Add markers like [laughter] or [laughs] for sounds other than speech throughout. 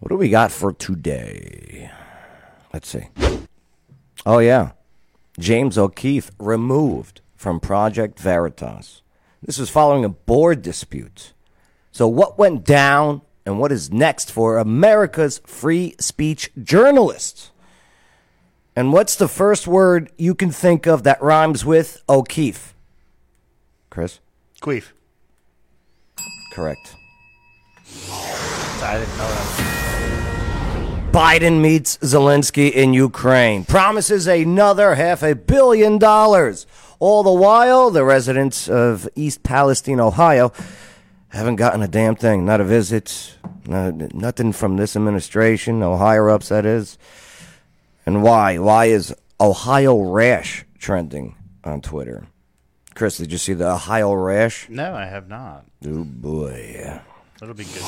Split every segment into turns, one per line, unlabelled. What do we got for today? Let's see. Oh, yeah. James O'Keefe removed from Project Veritas. This is following a board dispute. So, what went down and what is next for America's free speech journalists? And what's the first word you can think of that rhymes with O'Keefe? Chris?
Queef.
Correct.
I didn't know that.
Biden meets Zelensky in Ukraine, promises another half a billion dollars. All the while, the residents of East Palestine, Ohio, haven't gotten a damn thing. Not a visit, no- nothing from this administration, no higher ups, that is. And why? Why is Ohio rash trending on Twitter? Chris, did you see the Ohio rash?
No, I have not.
Oh boy.
It'll be good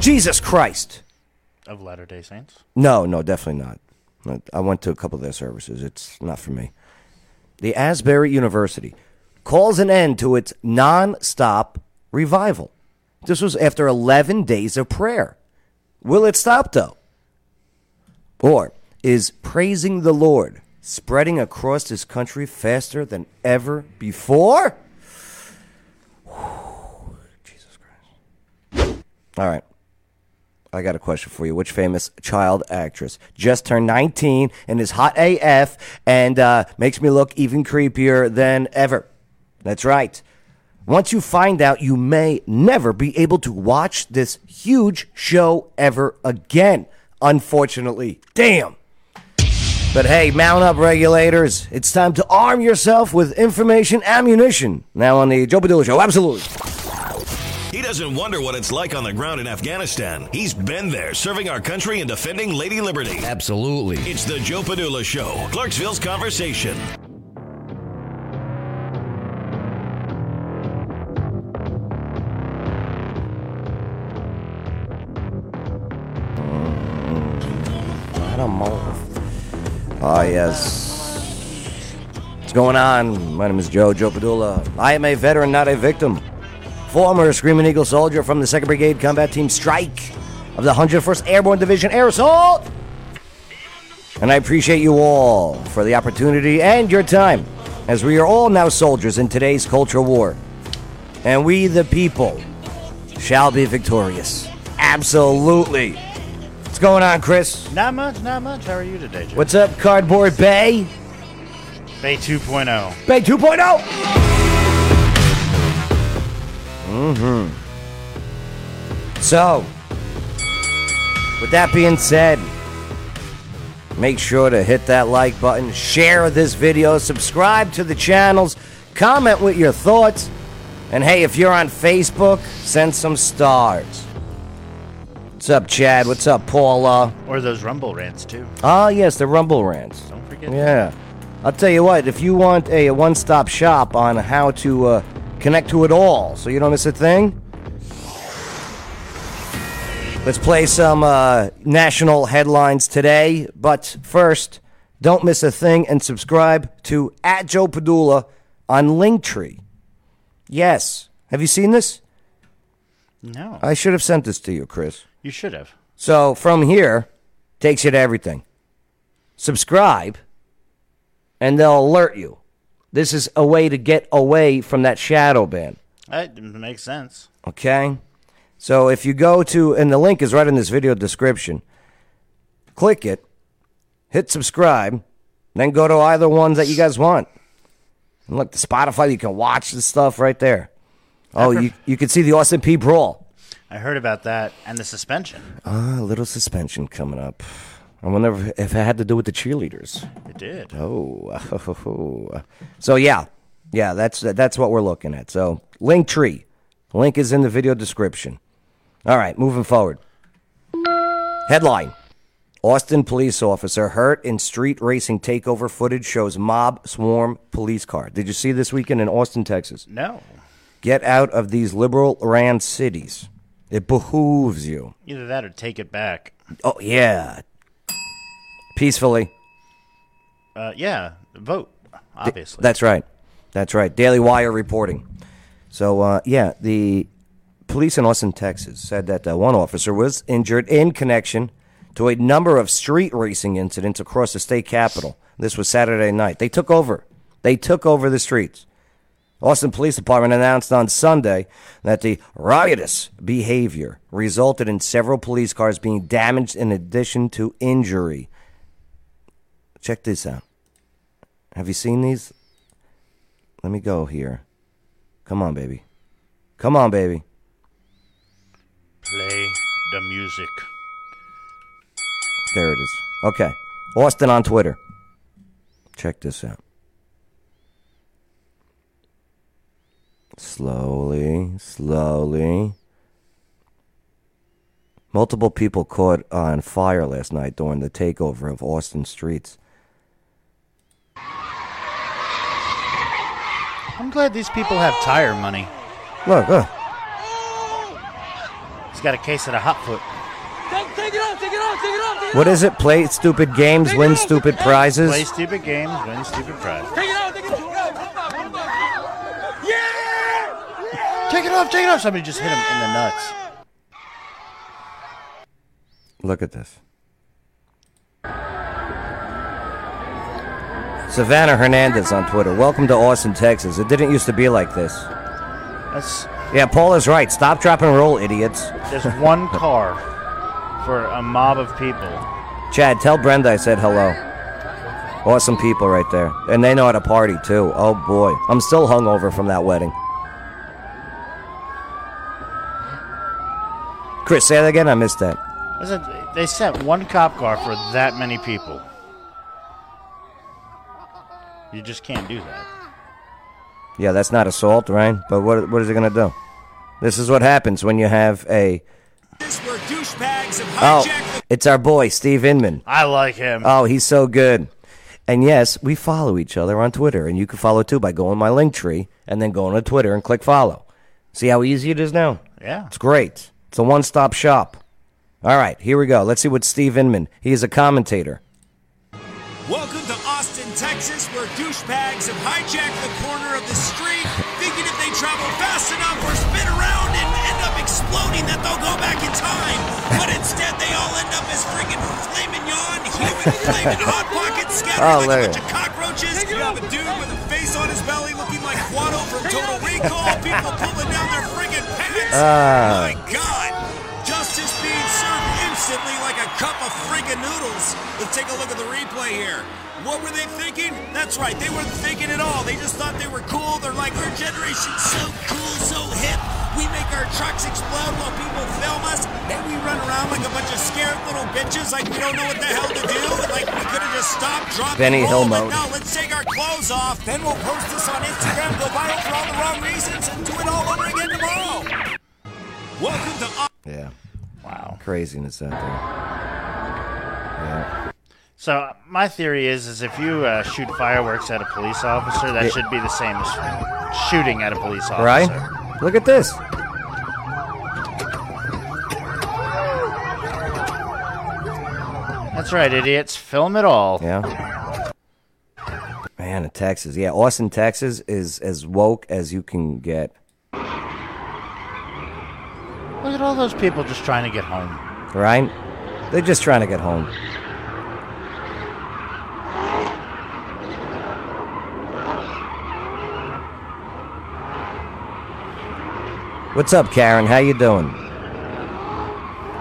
Jesus Christ.
of Latter Day Saints.
No, no, definitely not. Not- I went to a couple of their services. It's not for me. The Asbury University calls an end to its nonstop revival. This was after 11 days of prayer. Will it stop, though? Or is praising the Lord spreading across this country faster than ever before? Jesus Christ. All right. I got a question for you. Which famous child actress just turned 19 and is hot AF and uh, makes me look even creepier than ever? That's right. Once you find out, you may never be able to watch this huge show ever again, unfortunately. Damn. But hey, mount up, regulators. It's time to arm yourself with information ammunition. Now on the Joe Padula Show. Absolutely.
He doesn't wonder what it's like on the ground in Afghanistan. He's been there, serving our country and defending Lady Liberty.
Absolutely.
It's the Joe Padula Show, Clarksville's Conversation.
Ah, yes. What's going on? My name is Joe, Joe Padula. I am a veteran, not a victim. Former Screaming Eagle soldier from the 2nd Brigade Combat Team Strike of the 101st Airborne Division Air Assault. And I appreciate you all for the opportunity and your time, as we are all now soldiers in today's culture war. And we, the people, shall be victorious. Absolutely. What's going on, Chris?
Not much, not much. How are you today, Joe?
What's up, Cardboard Bay?
Bay oh. 2.0.
Bay 2.0. Mm-hmm. Mm-hmm. So, with that being said, make sure to hit that like button, share this video, subscribe to the channels, comment with your thoughts, and hey, if you're on Facebook, send some stars. What's up, Chad? What's up, Paula?
Or those Rumble rants, too.
Ah, yes, the Rumble Rants.
Don't forget
Yeah. I'll tell you what, if you want a one stop shop on how to uh, connect to it all so you don't miss a thing, let's play some uh, national headlines today. But first, don't miss a thing and subscribe to at Joe Padula on Linktree. Yes. Have you seen this?
No.
I should have sent this to you, Chris.
you should have.
So from here, takes you to everything. Subscribe, and they'll alert you. This is a way to get away from that shadow ban.
That makes sense.
Okay? So if you go to, and the link is right in this video description, click it, hit subscribe, then go to either ones that you guys want. And look, the Spotify, you can watch the stuff right there. Oh, you, you can see the Austin P. Brawl.
I heard about that and the suspension.
Ah, A little suspension coming up. I wonder if it had to do with the cheerleaders.
It did.
Oh, [laughs] so yeah, yeah. That's that's what we're looking at. So link tree, link is in the video description. All right, moving forward. Headline: Austin police officer hurt in street racing takeover footage shows mob swarm police car. Did you see this weekend in Austin, Texas?
No.
Get out of these liberal ran cities. It behooves you.
Either that or take it back.
Oh yeah, peacefully.
Uh, yeah, vote, obviously.
That's right. That's right. Daily Wire reporting. So uh, yeah, the Police in Austin, Texas said that uh, one officer was injured in connection to a number of street racing incidents across the state capitol. This was Saturday night. They took over. They took over the streets. Austin Police Department announced on Sunday that the riotous behavior resulted in several police cars being damaged in addition to injury. Check this out. Have you seen these? Let me go here. Come on, baby. Come on, baby.
Play the music.
There it is. Okay. Austin on Twitter. Check this out. Slowly, slowly. Multiple people caught on fire last night during the takeover of Austin streets.
I'm glad these people have tire money.
Look, look.
He's got a case of the hot foot.
Take, take it off, take it off, take it off, take it
What is it? Play stupid games, win stupid
Play
prizes.
stupid games, win stupid prizes.
off. Take it off, take it off. Put it back,
Take it off, take it off. Somebody just hit him in the nuts.
Look at this. Savannah Hernandez on Twitter. Welcome to Austin, Texas. It didn't used to be like this.
That's
Yeah, Paul is right. Stop, drop, and roll, idiots.
there's one car for a mob of people.
Chad, tell Brenda I said hello. Awesome people right there. And they know how to party too. Oh boy. I'm still hungover from that wedding. Chris, say that again. I missed that.
Listen, they sent one cop car for that many people. You just can't do that.
Yeah, that's not assault, right? But what, what is it going to do? This is what happens when you have a. Oh, it's our boy, Steve Inman.
I like him.
Oh, he's so good. And yes, we follow each other on Twitter, and you can follow too by going to my link tree and then going to Twitter and click follow. See how easy it is now?
yeah.
It's great. It's a one stop shop. All right, here we go. Let's see what Steve Inman. He is a commentator.
Welcome to Austin, Texas, where douchebags have hijacked the corner of the street, thinking if they travel fast enough or spin around and end up exploding, that they'll go back in time. But instead, they all end up as freaking flaming yawn,
[laughs]
human flaming hot pockets scattered
Oh,
like a
there.
bunch of cockroaches. You have a dude with a face on his belly looking like Quado from Total Recall, people pulling down their freaking pants.
Ah,
My God. Justice being served instantly like a cup of freaking noodles. Let's take a look at the replay here. What were they thinking? That's right, they weren't thinking at all. They just thought they were cool. They're like, our generation's so cool, so hip. We make our trucks explode while people film us, and we run around like a bunch of scared little bitches, like we don't know what the hell to do. Like we could have just stopped, dropped,
Benny
and
Hill
rolled,
mode.
but no, let's take our clothes off. Then we'll post this on Instagram, go viral for all the wrong reasons, and do it all over again tomorrow. Welcome to.
Yeah,
Wow.
craziness out there.
So my theory is, is if you uh, shoot fireworks at a police officer, that
Yeah.
should be the same as shooting at a police officer.
Right? Look at this.
That's right, idiots. Film it all.
Yeah. Man, in Texas. Yeah, Austin, Texas is as woke as you can get.
Look at all those people just trying to get home.
Right? They're just trying to get home. What's up, Karen? How you doing?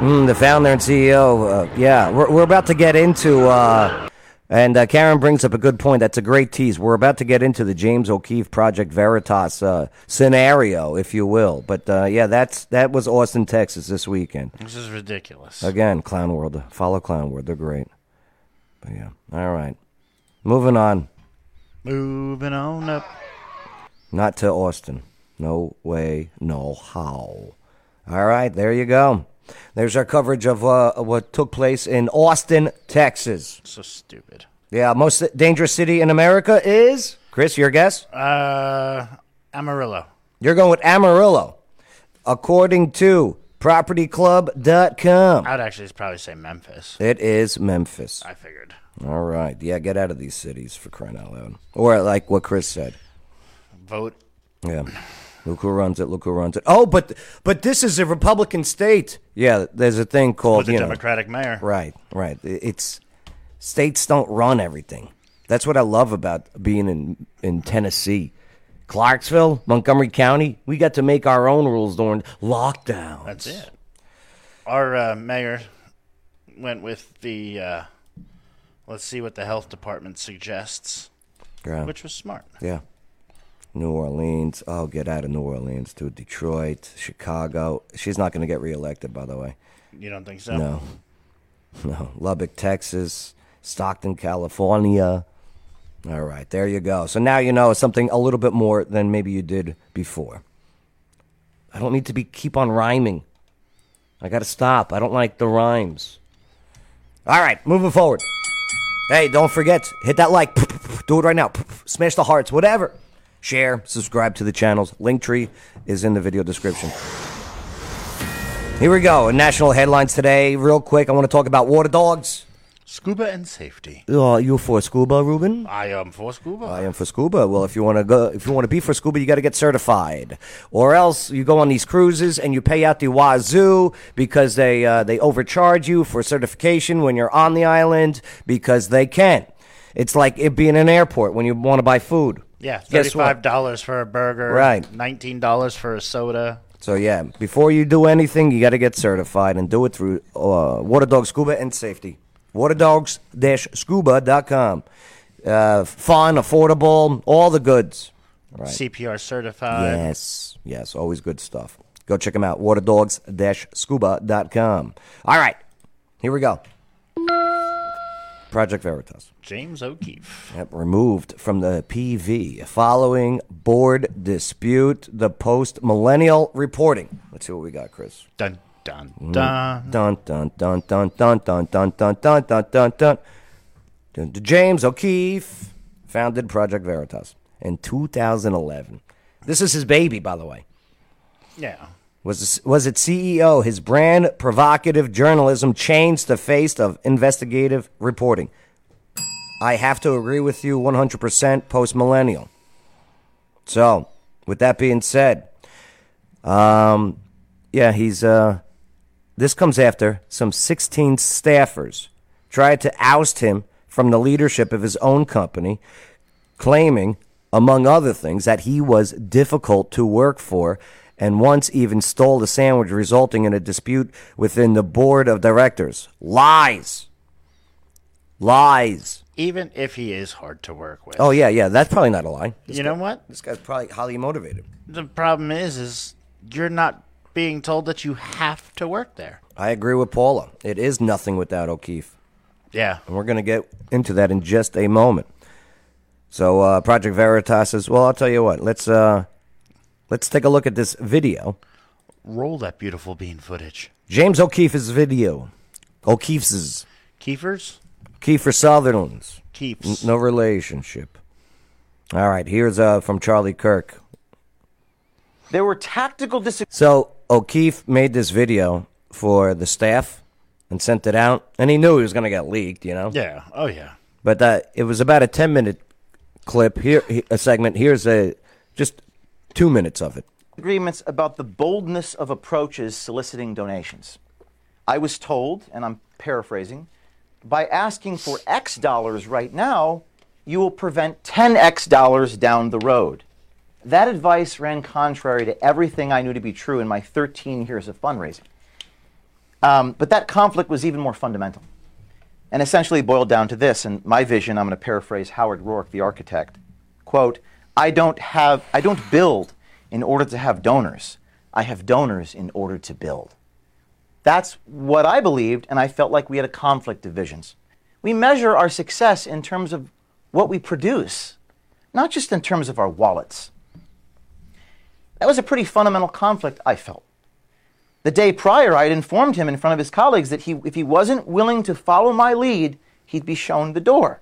Mm, the founder and CEO. Uh, yeah, we're, we're about to get into. Uh, and uh, Karen brings up a good point. That's a great tease. We're about to get into the James O'Keefe Project Veritas uh, scenario, if you will. But uh, yeah, that's that was Austin, Texas this weekend.
This is ridiculous.
Again, Clown World. Follow Clown World. They're great. But yeah. All right. Moving on.
Moving on up.
Not to Austin. No way, no how. All right, there you go. There's our coverage of uh, what took place in Austin, Texas.
So stupid.
Yeah, most dangerous city in America is Chris. Your guess?
Uh, Amarillo.
You're going with Amarillo, according to PropertyClub.com.
I'd actually probably say Memphis.
It is Memphis.
I figured.
All right. Yeah, get out of these cities for crying out loud. Or like what Chris said.
Vote
Yeah. Look who runs it. Look who runs it. Oh, but but this is a Republican state. Yeah, there's a thing called
with a
you know,
Democratic mayor.
Right, right. I- It's states don't run everything. That's what I love about being in in Tennessee, Clarksville, Montgomery County. We got to make our own rules during lockdown.
That's it. Our uh, mayor went with the uh, let's see what the health department suggests,
Yeah.
which was smart.
yeah. New Orleans. Oh, get out of New Orleans, dude. Detroit, Chicago. She's not going to get reelected, by the way.
You don't think so?
No. [laughs] No. Lubbock, Texas, Stockton, California. All right, there you go. So now you know something a little bit more than maybe you did before. I don't need to be keep on rhyming. I got to stop. I don't like the rhymes. All right, moving forward. Hey, don't forget, hit that like. [laughs] Do it right now. Smash the hearts, whatever. Share, subscribe to the channels. Linktree is in the video description. Here we go. National headlines today, real quick. I want to talk about water dogs.
Scuba and safety.
Uh, you for scuba, Ruben?
I am for scuba.
I am for scuba. Well, if you want to go, if you want to be for scuba, you got to get certified, or else you go on these cruises and you pay out the wazoo because they uh, they overcharge you for certification when you're on the island because they can. It's like it being an airport when you want to buy food.
yeah,
Guess what?
thirty-five dollars for a burger.
Right.
Nineteen dollars for a soda.
So yeah, before you do anything, you got to get certified and do it through uh, Water Dog Scuba and Safety. Waterdogs-scuba.com. Uh, fun, affordable, all the goods. Right.
CPR certified.
Yes, yes, always good stuff. Go check them out. Waterdogs-scuba.com. All right, here we go. Project Veritas.
James O'Keefe.
Yep, removed from the PV following board dispute. The post millennial reporting. Let's see what we got, Chris. Mm-hmm.
Dun dun dun.
Dun dun dun dun dun dun dun dun dun dun dun dun. Dun, dun. James O'Keefe founded Project Veritas in 2011. This is his baby, by the way.
Yeah.
Was was it CEO? His brand provocative journalism changed the face of investigative reporting. I have to agree with you 100% post millennial. So, with that being said, um, yeah, he's uh, this comes after some 16 staffers tried to oust him from the leadership of his own company, claiming, among other things, that he was difficult to work for and once even stole a sandwich, resulting in a dispute within the board of directors. Lies. Lies.
Even if he is hard to work with.
Oh, yeah, yeah, that's probably not a lie.
You know what?
This guy's probably highly motivated.
The problem is, is you're not being told that you have to work there.
I agree with Paula. It is nothing without O'Keefe.
Yeah.
And we're going to get into that in just a moment. So uh, Project Veritas says, "Well, I'll tell you what. Let's uh, let's take a look at this video.
Roll that beautiful bean footage.
James O'Keefe's video. O'Keefe's
Keefers?
Kiefer Sutherland's.
Keeps.
No relationship. All right, here's uh, from Charlie Kirk.
There were tactical disagreements
So O'Keefe made this video for the staff and sent it out, and he knew he was going to get leaked. You know,
Yeah. Oh, yeah.
but uh, it was about a 10 minute clip here he- a segment here's a just two minutes of it
about the boldness of approaches soliciting donations. I was told, and I'm paraphrasing, by asking for X dollars right now, you will prevent 10X dollars down the road. That advice ran contrary to everything I knew to be true in my 13 years of fundraising. Um, but that conflict was even more fundamental. and essentially boiled down to this and my vision i'm going to paraphrase howard rourke the architect quote i don't have i don't build in order to have donors i have donors in order to build that's what i believed and i felt like we had a conflict of visions we measure our success in terms of what we produce not just in terms of our wallets that was a pretty fundamental conflict i felt the day prior, I had informed him in front of his colleagues that he, if he wasn't willing to follow my lead, he'd be shown the door.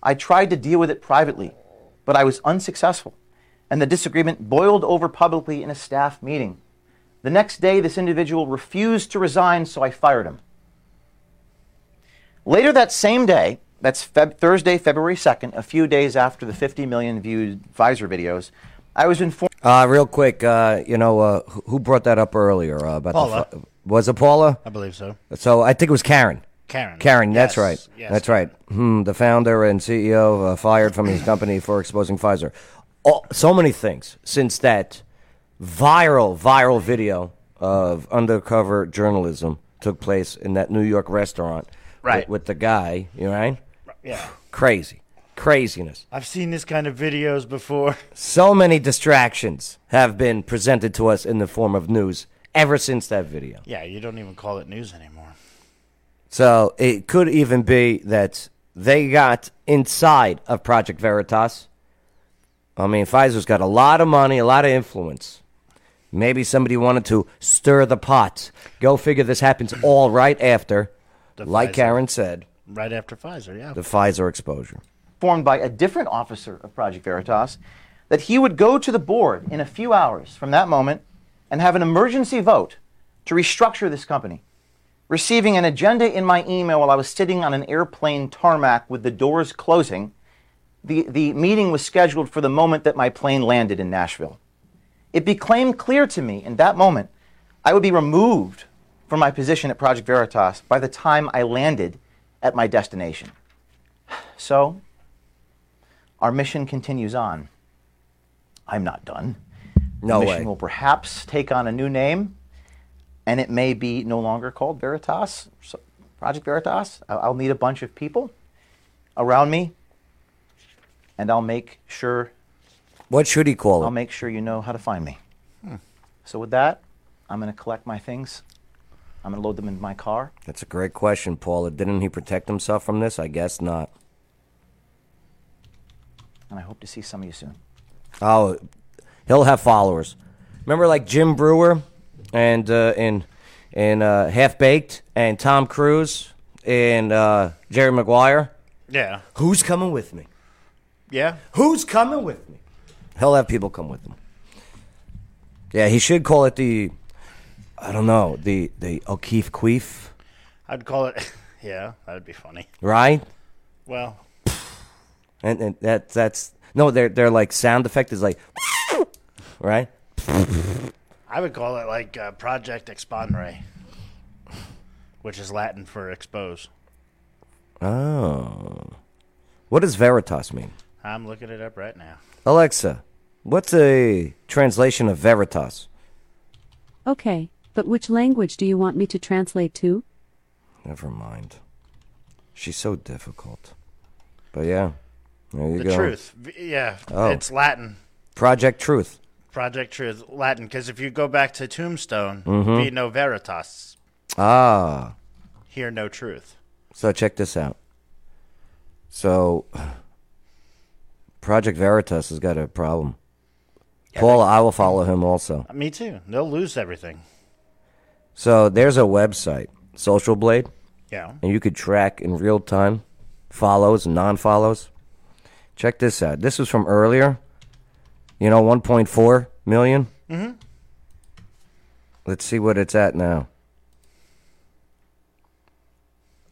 I tried to deal with it privately, but I was unsuccessful, and the disagreement boiled over publicly in a staff meeting. The next day, this individual refused to resign, so I fired him. Later that same day, that's Feb- Thursday, February 2nd, a few days after the 50 million viewed Pfizer videos, I was informed.
Uh, real quick, uh, you know, uh, who- who brought that up earlier? Uh, about
Paula.
The, fu- was it Paula?
I believe so.
So I think it was Karen.
Karen.
Karen, that's
Yes,
right.
yes.
That's right. Hmm, the founder and CEO uh, fired from his company for exposing Pfizer. All, so many things since that viral, viral video of undercover journalism took place in that New York restaurant
Right.
with, with the guy, you know, right?
Yeah.
Crazy. Craziness.
I've seen this kind of videos before. [laughs]
So many distractions have been presented to us in the form of news ever since that video.
Yeah, you don't even call it news anymore.
So it could even be that they got inside of Project Veritas. I mean, Pfizer's got a lot of money, a lot of influence. Maybe somebody wanted to stir the pot. Go figure this happens all right after, like
Pfizer.
Karen said,
Right after Pfizer, yeah.
the Pfizer exposure.
informed by a different officer of Project Veritas that he would go to the board in a few hours from that moment and have an emergency vote to restructure this company. Receiving an agenda in my email while I was sitting on an airplane tarmac with the doors closing, the, the meeting was scheduled for the moment that my plane landed in Nashville. It became clear to me in that moment I would be removed from my position at Project Veritas by the time I landed at my destination. So, our mission continues on. I'm not done.
No
the
way.
mission will perhaps take on a new name, and it may be no longer called Veritas, so- Project Veritas. I- I'll need a bunch of people around me, and I'll make sure
What should he call
I'll
it?
make sure you know how to find me. So with that, I'm going to collect my things. I'm going to load them into my car.
That's a great question, Paula. Didn't he protect himself from this? I guess not.
and I hope to see some of you soon.
Oh, he'll have followers. Remember, like Jim Brewer and uh, and and uh, Half Baked and Tom Cruise and uh, Jerry Maguire.
Yeah.
Who's coming with me?
Yeah.
Who's coming with me? He'll have people come with him. Yeah, he should call it the, I don't know, the the O'Keefe Queef,
I'd call it [laughs] Yeah, that'd be funny.
right?
Well,
And, and that that's no, they're they're like sound effect is like, [laughs] right? [laughs]
I would call it like uh, Project Expandere, which is Latin for expose.
Oh, what does Veritas mean?
I'm looking it up right now.
Alexa, what's a translation of Veritas?
Okay, but which language do you want me to translate to?
Never mind. She's so difficult. But yeah, there you
The
go.
truth. V- Yeah,
Oh.
it's Latin.
Project Truth.
Project Truth, Latin, because if you go back to Tombstone, be no veritas,
Ah,
hear no truth.
so check this out. So, [sighs] Project Veritas has got a problem. Paula, I will follow him also.
Uh, Me too. They'll lose everything.
So, there's a website, Social Blade.
Yeah.
and you could track in real time follows and non follows. Check this out. This was from earlier. You know, 1.4 million. Mm-hmm. Let's see what it's at now.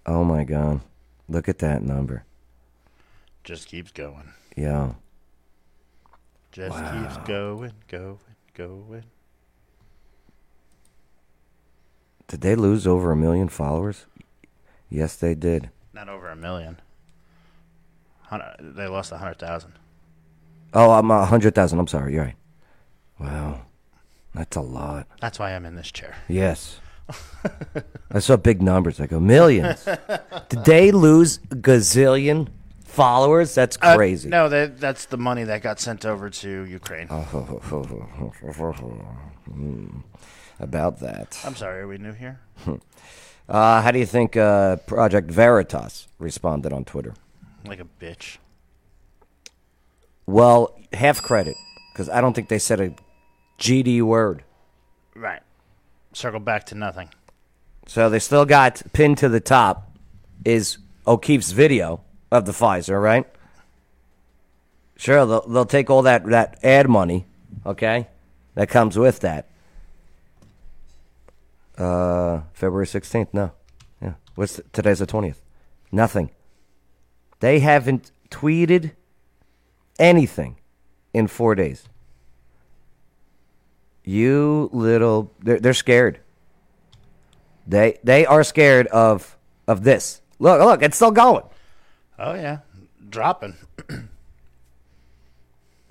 Oh my God. Look at that number.
Just keeps going.
Yeah.
Just keeps going, going, going.
Did they lose over a million followers? Yes, they did.
Not over a million. Hun- They lost a hundred thousand.
Oh, I'm a 100,000. I'm sorry. You're right. Wow. That's a lot.
That's why I'm in this chair.
Yes. I saw big numbers. I go,
[laughs]
millions. [laughs] Did they lose a gazillion followers? That's
Uh,
crazy. Oh.
no, that that's the money that got sent over to Ukraine.
Mm, [laughs] About that.
I'm sorry, are we new here?
[laughs] Uh, how do you think uh, Project Veritas responded on Twitter?
Like a bitch.
Well, half credit, because I don't think they said a GD word.
Right. Circle back to nothing.
So they still got pinned to the top is O'Keefe's video of the Pfizer, right? Sure, they'll, they'll take all that, that ad money, okay, that comes with that. Uh, February 16th, no. Yeah. What's the, today's the 20th? Nothing. They haven't tweeted anything in four days. You little, they're, they're scared. They they are scared of of this. Look, look, it's still going.
Oh yeah, dropping.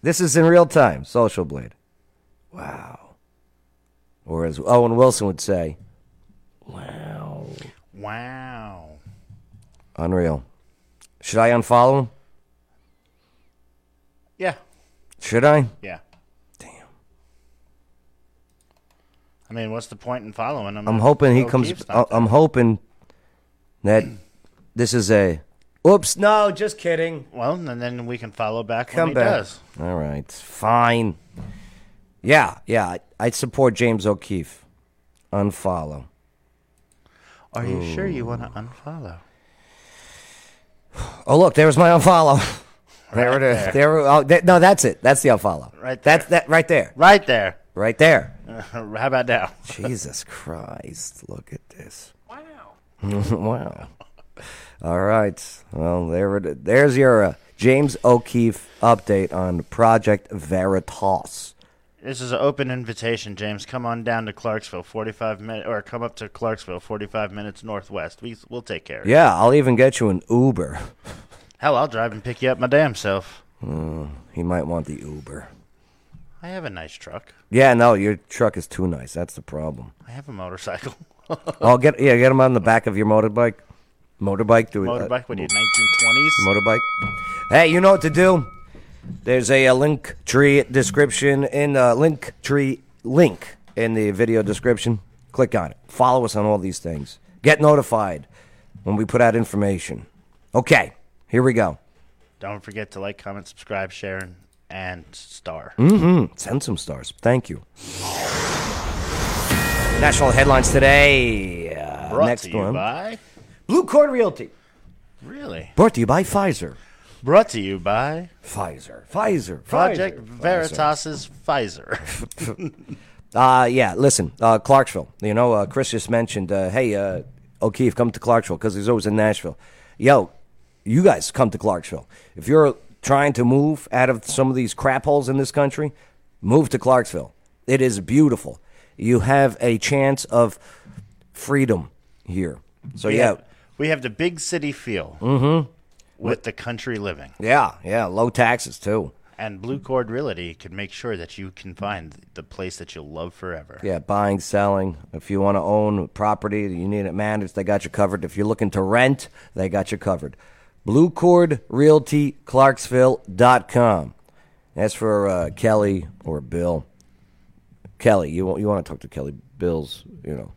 This is in real time. Social Blade. Wow. Or as Owen Wilson would say, wow.
Wow.
Unreal. Should I unfollow him?
Yeah.
Should I?
Yeah.
Damn.
I mean, what's the point in following him?
I'm hoping he
Bill
comes.
Keefe's
I-
not
I'm hoping that this is a. Oops! No, just kidding.
there. well, and then we can follow back
Come
when he
back.
does.
All right, fine. Yeah, yeah. I, I support James O'Keefe. Unfollow.
Are you sure you want to unfollow?
Oh, look, there was my
[laughs]
unfollow. There it is. There. oh, th- no, that's it. That's the unfollow.
Right
That's that right there. [laughs]
Right there.
Right there.
Uh, How about now? [laughs]
Jesus Christ! Look at this. Wow. [laughs] wow. All right. Well, there it is. There's your uh, James O'Keefe update on Project Veritas.
This is an open invitation, James. Come on down to Clarksville, 45 minutes, or come up to Clarksville, 45 minutes northwest. We, we'll take care of you.
Yeah, I'll even get you an Uber.
Hell, I'll drive and pick you up my damn self.
Hmm, He might want the Uber.
I have a nice truck.
Yeah, no, your truck is too nice. That's the problem.
I have a motorcycle. [laughs]
I'll get yeah, get him on the back of your motorbike. Motorbike, do it. uh,
Motorbike, what are you, 1920s?
motorbike. Hey, you know what to do. There's a, uh link tree description in uh, link tree link in the video description. Click on it. Follow us on all these things. Get notified when we put out information. Okay, here we go.
Don't forget to like, comment, subscribe, share, and, and star.
Mm-hmm. Send some stars. Thank you. National headlines today. Uh,
Brought
next
to you
one.
by.
Blue Corn Realty.
Really?
Brought to you by Pfizer.
Brought to you by
Pfizer. Pfizer.
Project
Pfizer,
Veritas's Pfizer.
[laughs]
[laughs]
Uh, yeah, listen, uh, Clarksville. You know, uh, Chris just mentioned, uh, hey, uh, O'Keefe, come to Clarksville because he's always in Nashville. Yo, you guys come to Clarksville. If you're trying to move out of some of these crap holes in this country, move to Clarksville. It is beautiful. You have a chance of freedom here. So, yeah. Mm-hmm.
We have the big city feel with the country living.
Yeah, yeah, low taxes too.
And Blue Cord Realty can make sure that you can find the place that you'll love forever.
Yeah, buying, selling. If you want to own property, you need it managed, they got you covered. If you're looking to rent, they got you covered. Blue Cord Realty Clarksville.com. That's for uh, Kelly or Bill. Kelly, you want, you want to talk to Kelly Bill's, you know.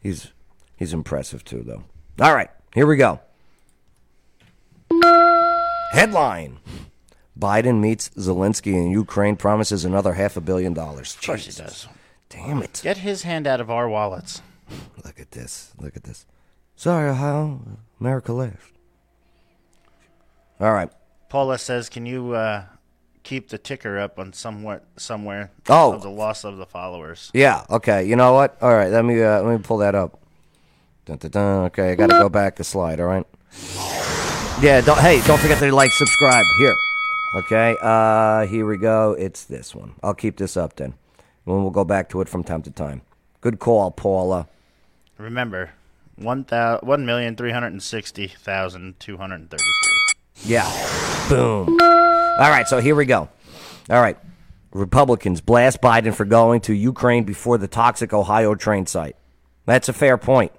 He's he's impressive too though. All right, here we go. Headline. Biden meets Zelensky in Ukraine promises another half a billion dollars.
Of course he does.
Damn it.
Get his hand out of our wallets.
Look at this. Look at this. Sorry, how America left. All right.
Paula says, "Can you uh, keep the ticker up on somewhat somewhere
Oh.
of the loss of the followers?"
Yeah. Okay. You know what? All right. Let me uh, let me pull that up. Dun, dun, dun. Okay. I got to go back a slide. All right. Yeah. Don't. Hey. Don't forget to like, subscribe. Here. Okay. Uh. Here we go. It's this one. I'll keep this up then. And we'll go back to it from time to time. Good call, Paula.
Remember, one thou one million three hundred and sixty thousand two hundred and thirty-three.
Yeah. Boom. All right, so here we go. All right. Republicans blast Biden for going to Ukraine before the toxic Ohio train site. That's a fair point.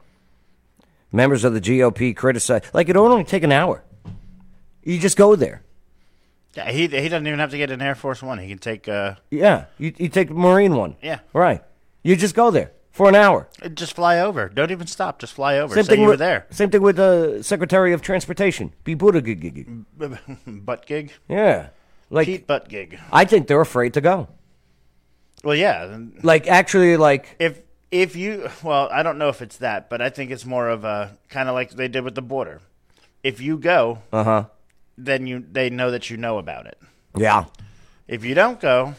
Members of the GOP criticize like it would only take an hour. You just go there.
Yeah, he he doesn't even have to get an Air Force One. He can take uh,
Yeah. You, you take the Marine one.
Yeah.
Right. You just go there for an hour.
just fly over. Don't even stop. Just fly over. Say you were
with
there. [laughs]
Same thing with the Secretary of Transportation, Pete Buttigieg.
butt gig.
Yeah. Like
Pete butt gig.
I think they're afraid to go.
Well, yeah. then
Like actually like
If if you well, I don't know if it's that, but I think it's more of a kind of like they did with the border. If you go, uh huh,
Uh-huh.
then you they know that you know about it.
Yeah.
If you don't go,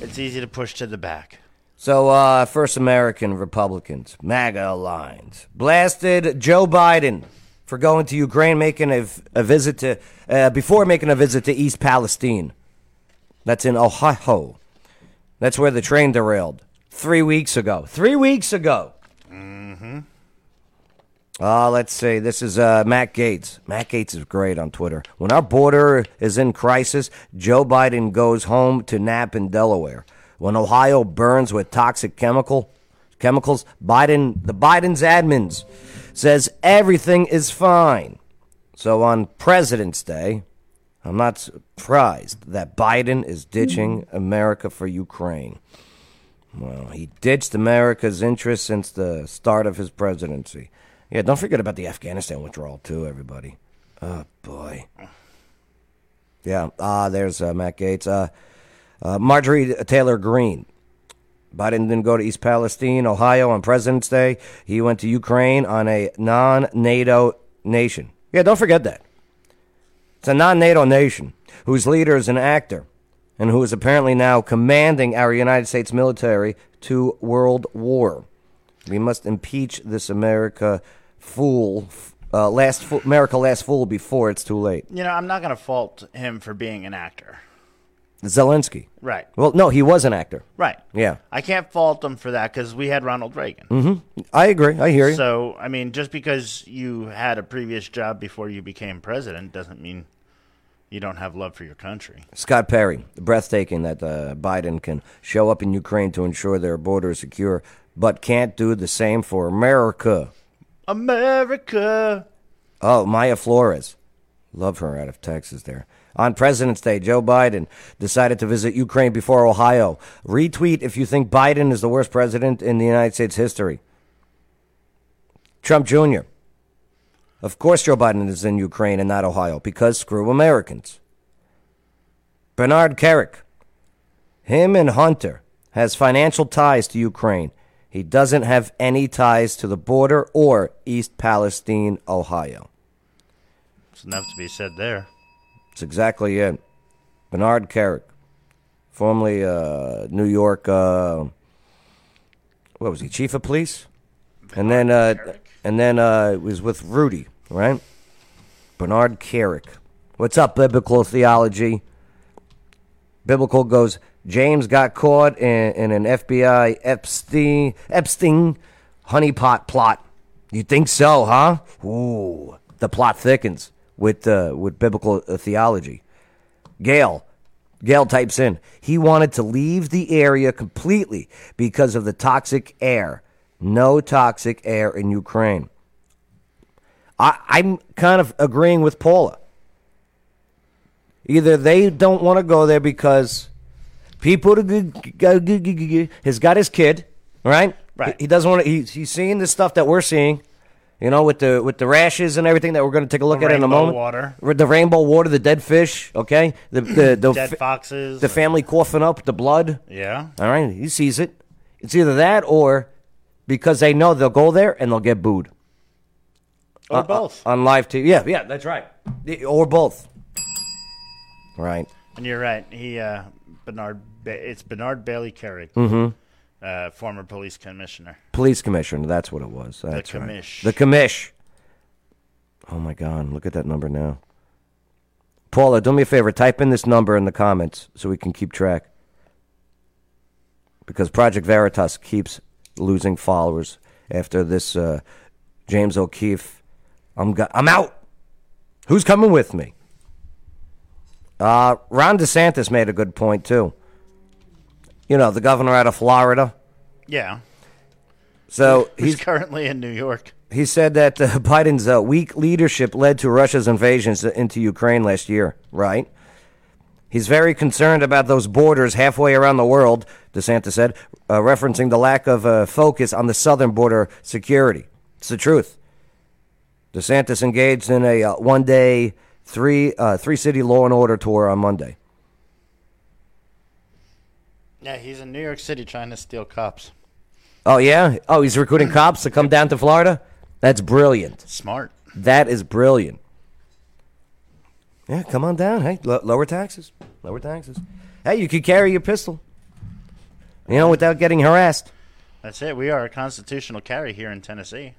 it's easy to push to the back.
So, uh, First American Republicans, MAGA aligned, blasted Joe Biden for going to Ukraine, making a, a visit to, uh, before making a visit to East Palestine. That's in Ohio. That's where the train derailed three weeks ago. Three weeks ago. Mm-hmm. Uh, let's see. This is uh, Matt Gates. Matt Gates is great on Twitter. When our border is in crisis, Joe Biden goes home to nap in Delaware. When Ohio burns with toxic chemical chemicals, Biden the Biden's admins says everything is fine. So on President's Day, I'm not surprised that Biden is ditching America for Ukraine. Well, he ditched America's interests since the start of his presidency. Yeah, don't forget about the Afghanistan withdrawal too, everybody. Oh boy. Yeah. Ah, there's uh, Matt Gates. Uh, uh, Marjorie Taylor Greene. Biden didn't go to East Palestine, Ohio on President's Day. He went to Ukraine on a non-NATO nation. Yeah, don't forget that. It's a non NATO nation whose leader is an actor and who is apparently now commanding our United States military to world war. We must impeach this America fool, uh, last fool, America last fool before it's too late.
You know, I'm not going to fault him for being an actor.
Zelensky.
Right.
Well, no, he was an actor.
Right.
Yeah.
I can't fault him for that because we had Ronald Reagan.
Mm-hmm. I agree. I hear you.
So, I mean, just because you had a previous job before you became president doesn't mean you don't have love for your country.
Scott Perry, breathtaking that uh, Biden can show up in Ukraine to ensure their border is secure, but can't do the same for America.
America.
Oh, Maya Flores. Love her out of Texas there. On President's Day, Joe Biden decided to visit Ukraine before Ohio. Retweet if you think Biden is the worst president in the United States history. Trump Jr. Of course, Joe Biden is in Ukraine and not Ohio because screw Americans. Bernard Kerik. Him and Hunter has financial ties to Ukraine. He doesn't have any ties to the border or East Palestine, Ohio.
It's enough to be said there.
That's exactly it. Bernard Carrick, formerly uh, New York, uh, what was he, chief of police? and then, uh, and then uh, was with Rudy, right? Bernard Carrick. What's up, biblical theology? Biblical goes. James got caught in, in an FBI Epstein Epstein honeypot plot. You think so, huh? Ooh, the plot thickens with uh, with biblical uh, theology. Gail, Gail types in. He wanted to leave the area completely because of the toxic air. No toxic air in Ukraine. I, I'm kind of agreeing with Paula. Either they don't want to go there because people has got his kid, right?
Right.
He doesn't want to. He's, he's seeing the stuff that we're seeing, you know, with the with the rashes and everything that we're going to take a look
The
at in a
rainbow
moment.
water.
With The rainbow water, the dead fish. Okay. The the, the
Dead
fa-
foxes.
the family coughing up the blood.
Yeah.
All right, he sees it. It's either that or because they know they'll go there and they'll get booed Uh,
Or both.
on live TV. Yeah, yeah, that's right. The- Or both. Right.
and you're right. He, uh, Bernard, ba- it's Bernard Bailey Carey,
Hmm. Mm-hmm.
uh, former police commissioner.
Police commissioner. That's what it was. That's right.
commish.
The commish. Oh my God! Look at that number now. Paula, do me a favor. Type in this number in the comments so we can keep track. Because Project Veritas keeps losing followers after this uh, James O'Keefe. I'm go- I'm out. Who's coming with me? Uh, Ron DeSantis made a good point too. You know the governor out of Florida.
Yeah.
So he's
He's [laughs] currently in New York.
he said that uh, [laughs] Biden's uh, weak leadership led to Russia's invasions into Ukraine last year, right? He's very concerned about those borders halfway around the world, DeSantis said, uh, referencing the lack of uh, focus on the southern border security. It's the truth. DeSantis engaged in a uh, one day, three, uh, three city law and order tour on Monday.
Yeah, he's in New York City trying to steal cops.
Oh, yeah? Oh, he's recruiting cops to come down to Florida? That's brilliant.
Smart.
That is brilliant. Yeah, come on down. Hey, lo- lower taxes. Lower taxes. Hey, you could carry your pistol. You know, without getting harassed.
That's it. We are a constitutional carry here in Tennessee.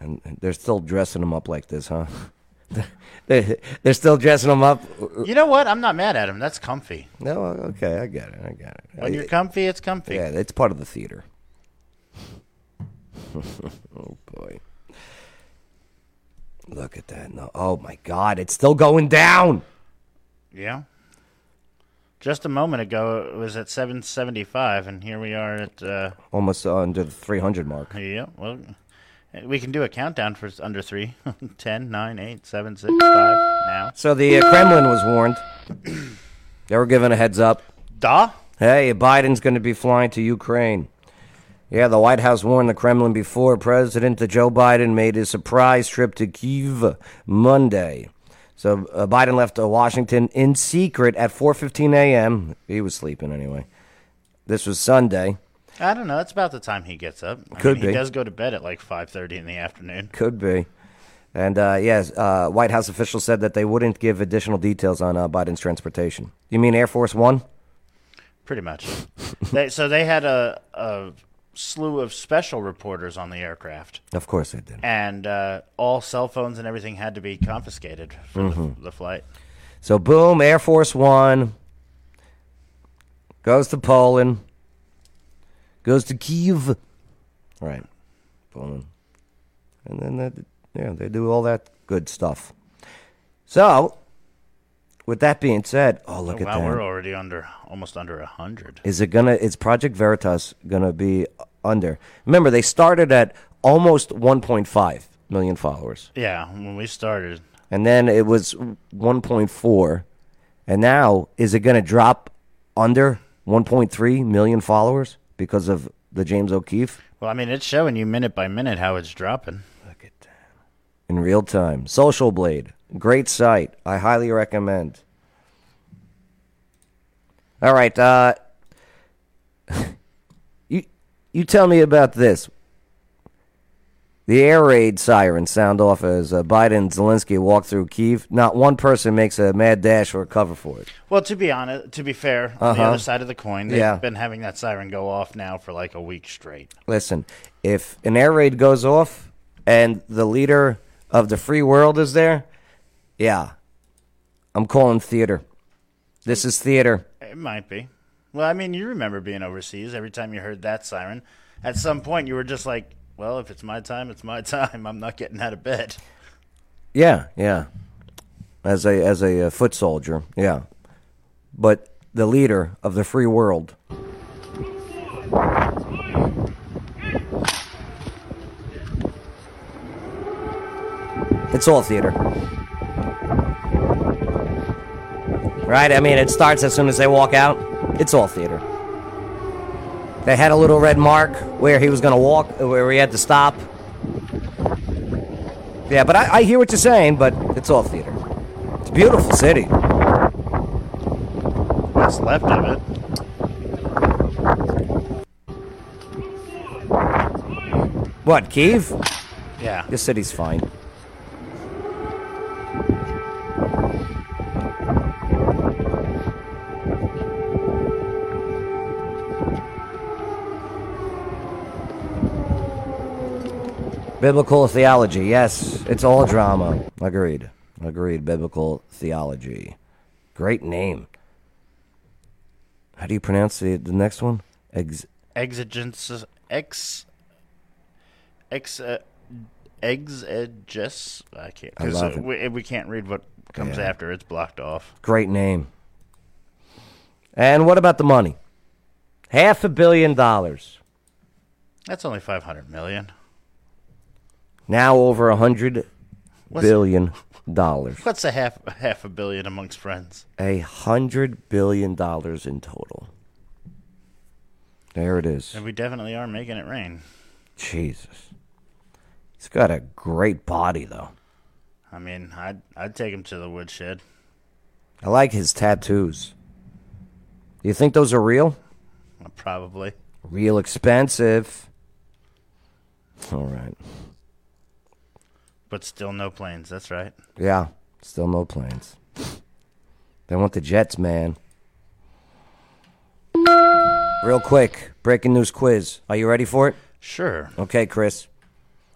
And and they're still dressing them up like this, huh? [laughs] They- They're still dressing them up.
You know what? I'm not mad at him. That's comfy.
No, okay, I get it. I get it.
When you're comfy, it's comfy.
Yeah, it's part of the theater. [laughs] oh boy. Look at that. No. Oh my god, it's still going down.
Yeah. Just a moment ago, it was at 775, and here we are at. Uh,
Almost under the 300 mark.
yeah, well, we can do a countdown for s- under three. [laughs] 10, 9, 8, 7, 6, 5, now.
So the uh, Kremlin was warned. they were given a heads up.
Da?
Hey, Biden's going to be flying to Ukraine. Yeah, the White House warned the Kremlin before President Joe Biden made his surprise trip to Kiev Monday. So uh, Biden left uh, Washington in secret at 4:15 a.m. He was sleeping anyway. This was Sunday.
I don't know. That's about the time he gets up. I
Could
mean,
be.
He does go to bed at like 5.30 in the afternoon.
Could be. And uh, yes, uh, White House officials said that they wouldn't give additional details on uh, Biden's transportation. You mean Air Force One?
Pretty much. they, so they had a, a slew of special reporters on the aircraft,
Of course they did.
and uh, all cell phones and everything had to be confiscated for the, the flight.
So boom, Air Force One goes to Poland, goes to Kiev. Right, Poland, and then that, yeah, they do all that good stuff. So, with that being said, oh look at
Wow,
that!
we're already under almost under a hundred.
Is it gonna? Is Project Veritas gonna be under? Remember, they started at almost 1.5 million followers.
Yeah, when we started,
and then it was 1.4 and now is it going to drop under 1.3 million followers because of the james o'keefe
well, I mean, it's showing you minute by minute how it's dropping.
in real time social blade great site i highly recommend all right uh [laughs] you you tell me about this the air raid sirens sound off as uh, Biden and Zelensky walk through Kiev. Not one person makes a mad dash or a cover for it.
Well, to be honest, to be fair, on
Uh-huh.
the other side of the coin, they've
Yeah.
been having that siren go off now for like a week straight.
Listen, if an air raid goes off and the leader of the free world is there, yeah, I'm calling theater. This is theater.
It might be. Well, I mean, you remember being overseas. Every time you heard that siren, at some point you were just like, "Well, if it's my time, it's my [laughs] time. I'm not getting out of bed."
Yeah, yeah. As a as a uh, foot soldier, yeah. But the leader of the free world. It's all theater. Right? I mean, it starts as soon as they walk out. It's all theater. They had a little red mark where he was going to walk, where he had to stop. Yeah, but I, I hear what you're saying, but it's all theater. It's a beautiful city.
What's left of it?
What, Kiev?
Yeah.
This city's fine. Biblical theology, yes, it's all drama. Agreed. Agreed. Biblical theology. Great name. How do you pronounce the, the next one? Ex-
Exigence. Ex. Ex. Uh, exeges. I can't. Because
love it.
we, we can't read what comes
Yeah.
after. It's blocked off.
Great name. And what about the money? Half a billion dollars.
That's only five hundred million.
Now over a hundred billion dollars.
What's a half half a billion amongst friends?
A hundred billion dollars in total. There it is.
And we definitely are making it rain.
Jesus. He's got a great body though.
I mean, I'd I'd take him to the woodshed.
I like his tattoos. Do you think those are real?
Probably.
Real expensive. All right.
But still no planes. That's right.
Yeah, still no planes. They want the Jets, man. Real quick, breaking news quiz. Are you ready for it?
Sure.
Okay, Chris.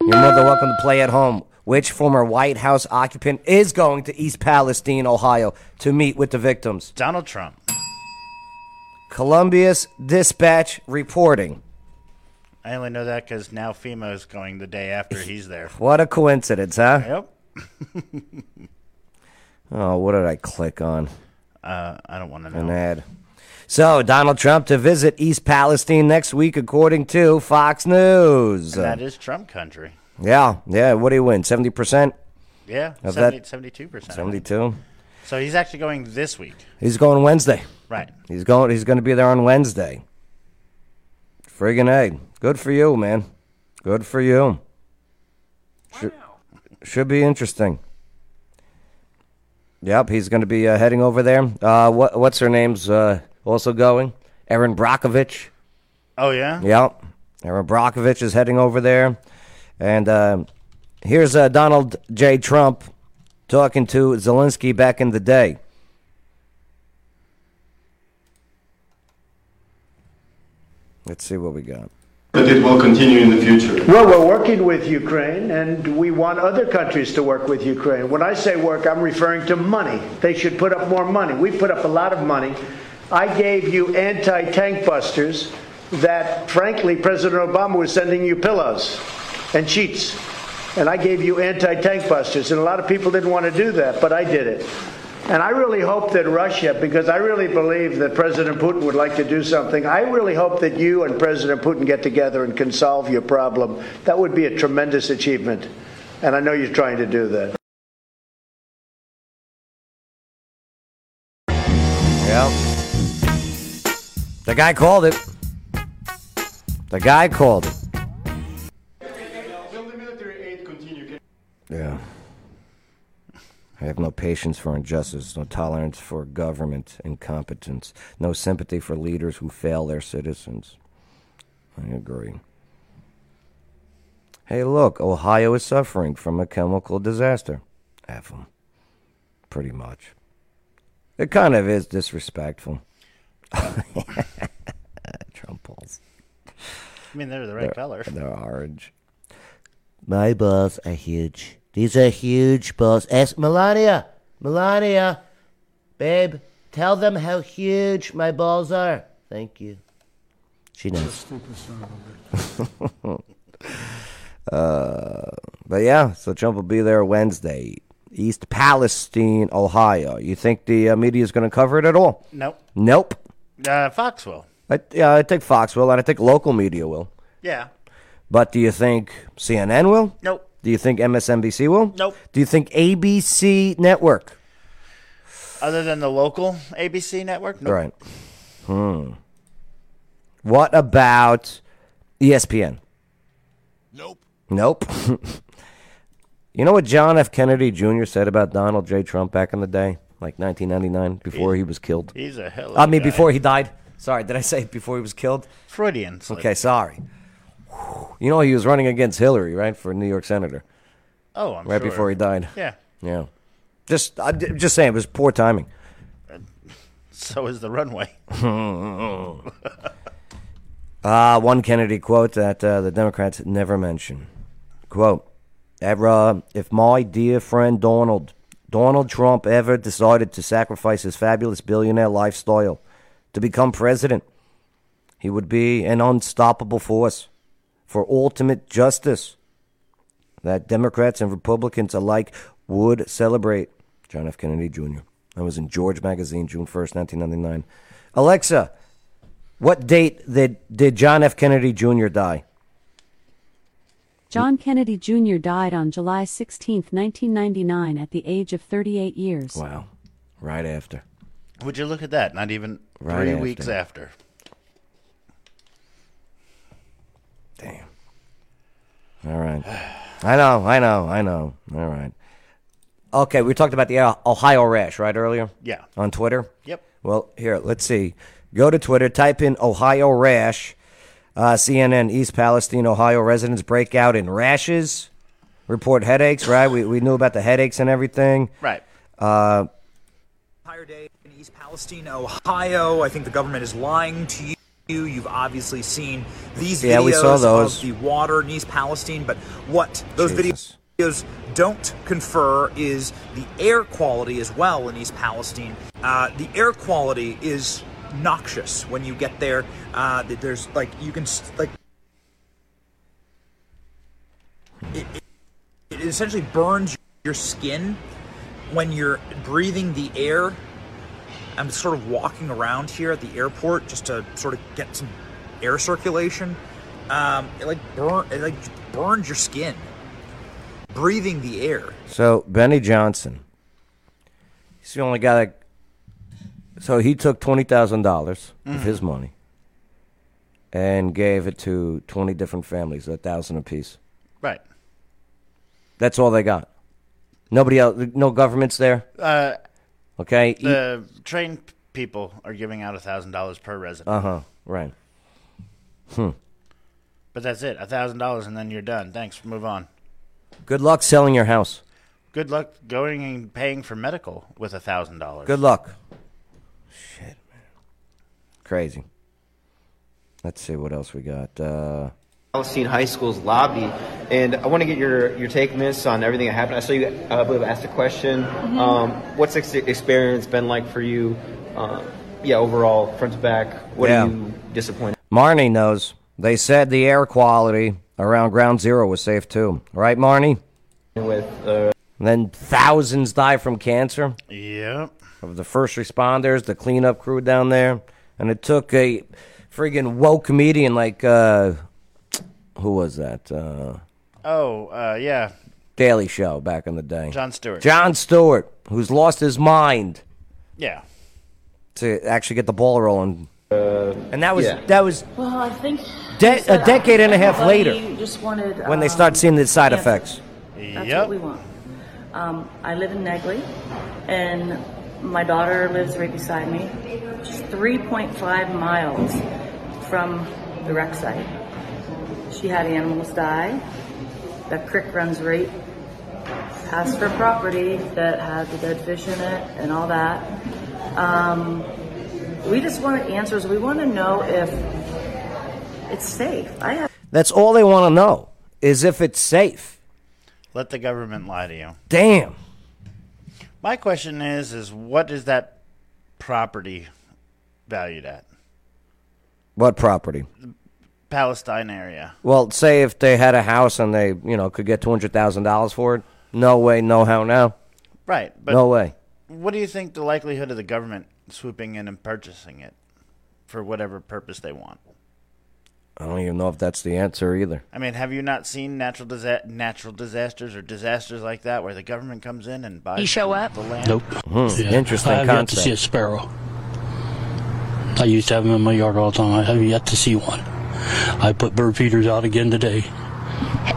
You're more than welcome to play at home. Which former White House occupant is going to East Palestine, Ohio, to meet with the victims?
Donald Trump.
Columbia's Dispatch reporting.
I only know that because now FEMA is going the day after he's there.
What a coincidence, huh?
Yep. [laughs]
Oh, what did I click on?
Uh, I don't want to
an
know.
ad. So, Donald Trump to visit East Palestine next week, according to Fox News.
That is Trump country.
yeah, yeah. What do you win? 70%?
Yeah,
Of
70,
that-
72%.
72?
So he's actually going this week.
He's going Wednesday.
Right.
He's going. He's going to be there on Wednesday. Friggin' a. Good for you, man. Good for you. Should, should be interesting. Yep, he's going to be uh, heading over there. Uh, what, what's her name's uh, also going? Erin Brockovich.
Oh, yeah?
Yep. Aaron Brockovich is heading over there. And uh, here's uh, Donald J. Trump talking to Zelensky back in the day. Let's see what we got.
that it will continue in the future.
Well, we're working with Ukraine, and we want other countries to work with Ukraine. When I say work, I'm referring to money. They should put up more money. We put up a lot of money. I gave you anti tank busters that, frankly, President Obama was sending you pillows and sheets. And I gave you anti tank busters, and a lot of people didn't want to do that, but I did it. And I really hope that Russia, because I really believe that President Putin would like to do something, I really hope that you and President Putin get together and can solve your problem. That would be a tremendous achievement. And I know you're trying to do that.
Yep. The guy called it. The guy called it.
Will the military aid continue?
Yeah. I have no patience for injustice, no tolerance for government incompetence, no sympathy for leaders who fail their citizens. I agree. Hey, look, Ohio is suffering from a chemical disaster. F 'em. Pretty much. It kind of is disrespectful. [laughs] Trump balls.
I mean, they're the right color.
They're orange. My balls are huge. These are huge balls. Ask Melania. Melania. Babe, tell them how huge my balls are. Thank you. She knows. [laughs] uh, but yeah, so Trump will be there Wednesday. East Palestine, Ohio. You think the uh, media is going to cover it at all?
Nope.
Nope.
Uh, Fox will.
I, yeah, I think Fox will, and I think local media will.
Yeah.
But do you think CNN will?
Nope.
Do you think MSNBC will?
Nope.
Do you think ABC network?
Other than the local ABC network? Nope.
All right. Hmm. What about E ESPN?
Nope.
Nope. [laughs] you know what John F. Kennedy Jr. said about Donald J. Trump back in the day, like 1999, before he was killed?
He's a hell of
I mean,
a guy.
before he died. Sorry, did I say before he was killed?
Freudian slip.
Okay, sorry. You know he was running against Hillary, right, for New York senator,
Oh, I'm
right
sure.
before he died.
Yeah.
Yeah. Just I'm j- just saying it was poor timing.
So is the runway.
[laughs] Uh, one Kennedy quote that uh, the Democrats never mention. Quote, Ebra, if my dear friend Donald, Donald Trump ever decided to sacrifice his fabulous billionaire lifestyle to become president, he would be an unstoppable force for ultimate justice that Democrats and Republicans alike would celebrate. John F. Kennedy Jr. That was in George Magazine, June 1st, 1999. Alexa, what date did, did John F. Kennedy Jr. die?
John Kennedy Jr. died on July 16, 1999, at the age of 38 years.
Wow. Right after.
Would you look at that? Not even
Right
three
after.
weeks after.
Damn. All right. [sighs] I know, I know, I know. All right. Okay, we talked about the uh, Ohio rash, right, earlier?
Yeah.
On Twitter?
Yep.
Well, here, let's see. Go to Twitter, type in Ohio rash. Uh, CNN, East Palestine, Ohio residents break out in rashes, report headaches, right? We, we knew about the headaches and everything. Uh,
Right.
entire day in East Palestine, Ohio. I think the government is lying to you. You've obviously seen these
Yeah,
videos
we saw those.
of the water in East Palestine, but what those
Jesus.
videos don't confer is the air quality as well in East Palestine. Uh, the air quality is noxious when you get there. Uh, th- there's like you can s- like it, it essentially burns your skin when you're breathing the air. I'm sort of walking around here at the airport just to sort of get some air circulation. Um, it like burn, it like burns your skin. Breathing the air.
So Benny Johnson, he's the only guy that. So he took twenty dollars
Mhm.
of his money and gave it to twenty different families, a thousand apiece.
Right.
That's all they got. Nobody else. No governments there.
Uh,
Okay. e
the train people are giving out a thousand dollars per resident.
Uh huh. Right. Hmm.
But that's it, a thousand dollars, and then you're done. Thanks. Move on.
Good luck selling your house.
Good luck going and paying for medical with a thousand dollars.
Good luck. Shit, man. Crazy. Let's see what else we got. Uh,
Palestine High School's lobby, and I want to get your, your take, Miss, on everything that happened. I saw you, uh, I believe, asked a question.
Mhm.
Um, what's ex- experience been like for you? Uh, yeah, overall, front to back. What
Yeah.
are you disappointed?
Marnie knows. They said the air quality around Ground Zero was safe too. Right, Marnie?
With uh,
then thousands die from cancer.
Yep.
Of the first responders, the cleanup crew down there, and it took a friggin' woke comedian like uh, who was that? Uh,
Oh, uh, yeah.
Daily Show back in the day.
Jon Stewart.
John Stewart, who's lost his mind
Yeah.
to actually get the ball rolling. and that was
yeah.
that was
Well, I think
De-
just that
a decade and a half
everybody
later,
Just wanted
when they
um,
start seeing the side
answers.
effects.
That's what we want. Um, I live in Negley, and my daughter lives right beside me, just 3.5 miles from the wreck site. She had animals die. The creek runs right past her property that had the dead fish in it and all that. Um, we just want answers. We want to know if it's safe. I have.
That's all they want to know is if it's safe.
Let the government lie to you.
Damn.
My question is: Is what is that property valued at?
What property?
Palestine area.
Well, say if they had a house and they, you know, could get two hundred thousand dollars for it. No way, no how, no.
Right. But
no way.
What do you think the likelihood of the government swooping in and purchasing it for whatever purpose they want?
I don't even know if that's the answer either.
I mean, have you not seen natural disa- natural disasters or disasters like that where the government comes in and buys
You show
the-
up?
the land?
Nope.
Hmm, Interesting
I have yet to
concept.
see a sparrow. I used to have them in my yard all the time. I have yet to see one. I put bird feeders out again today.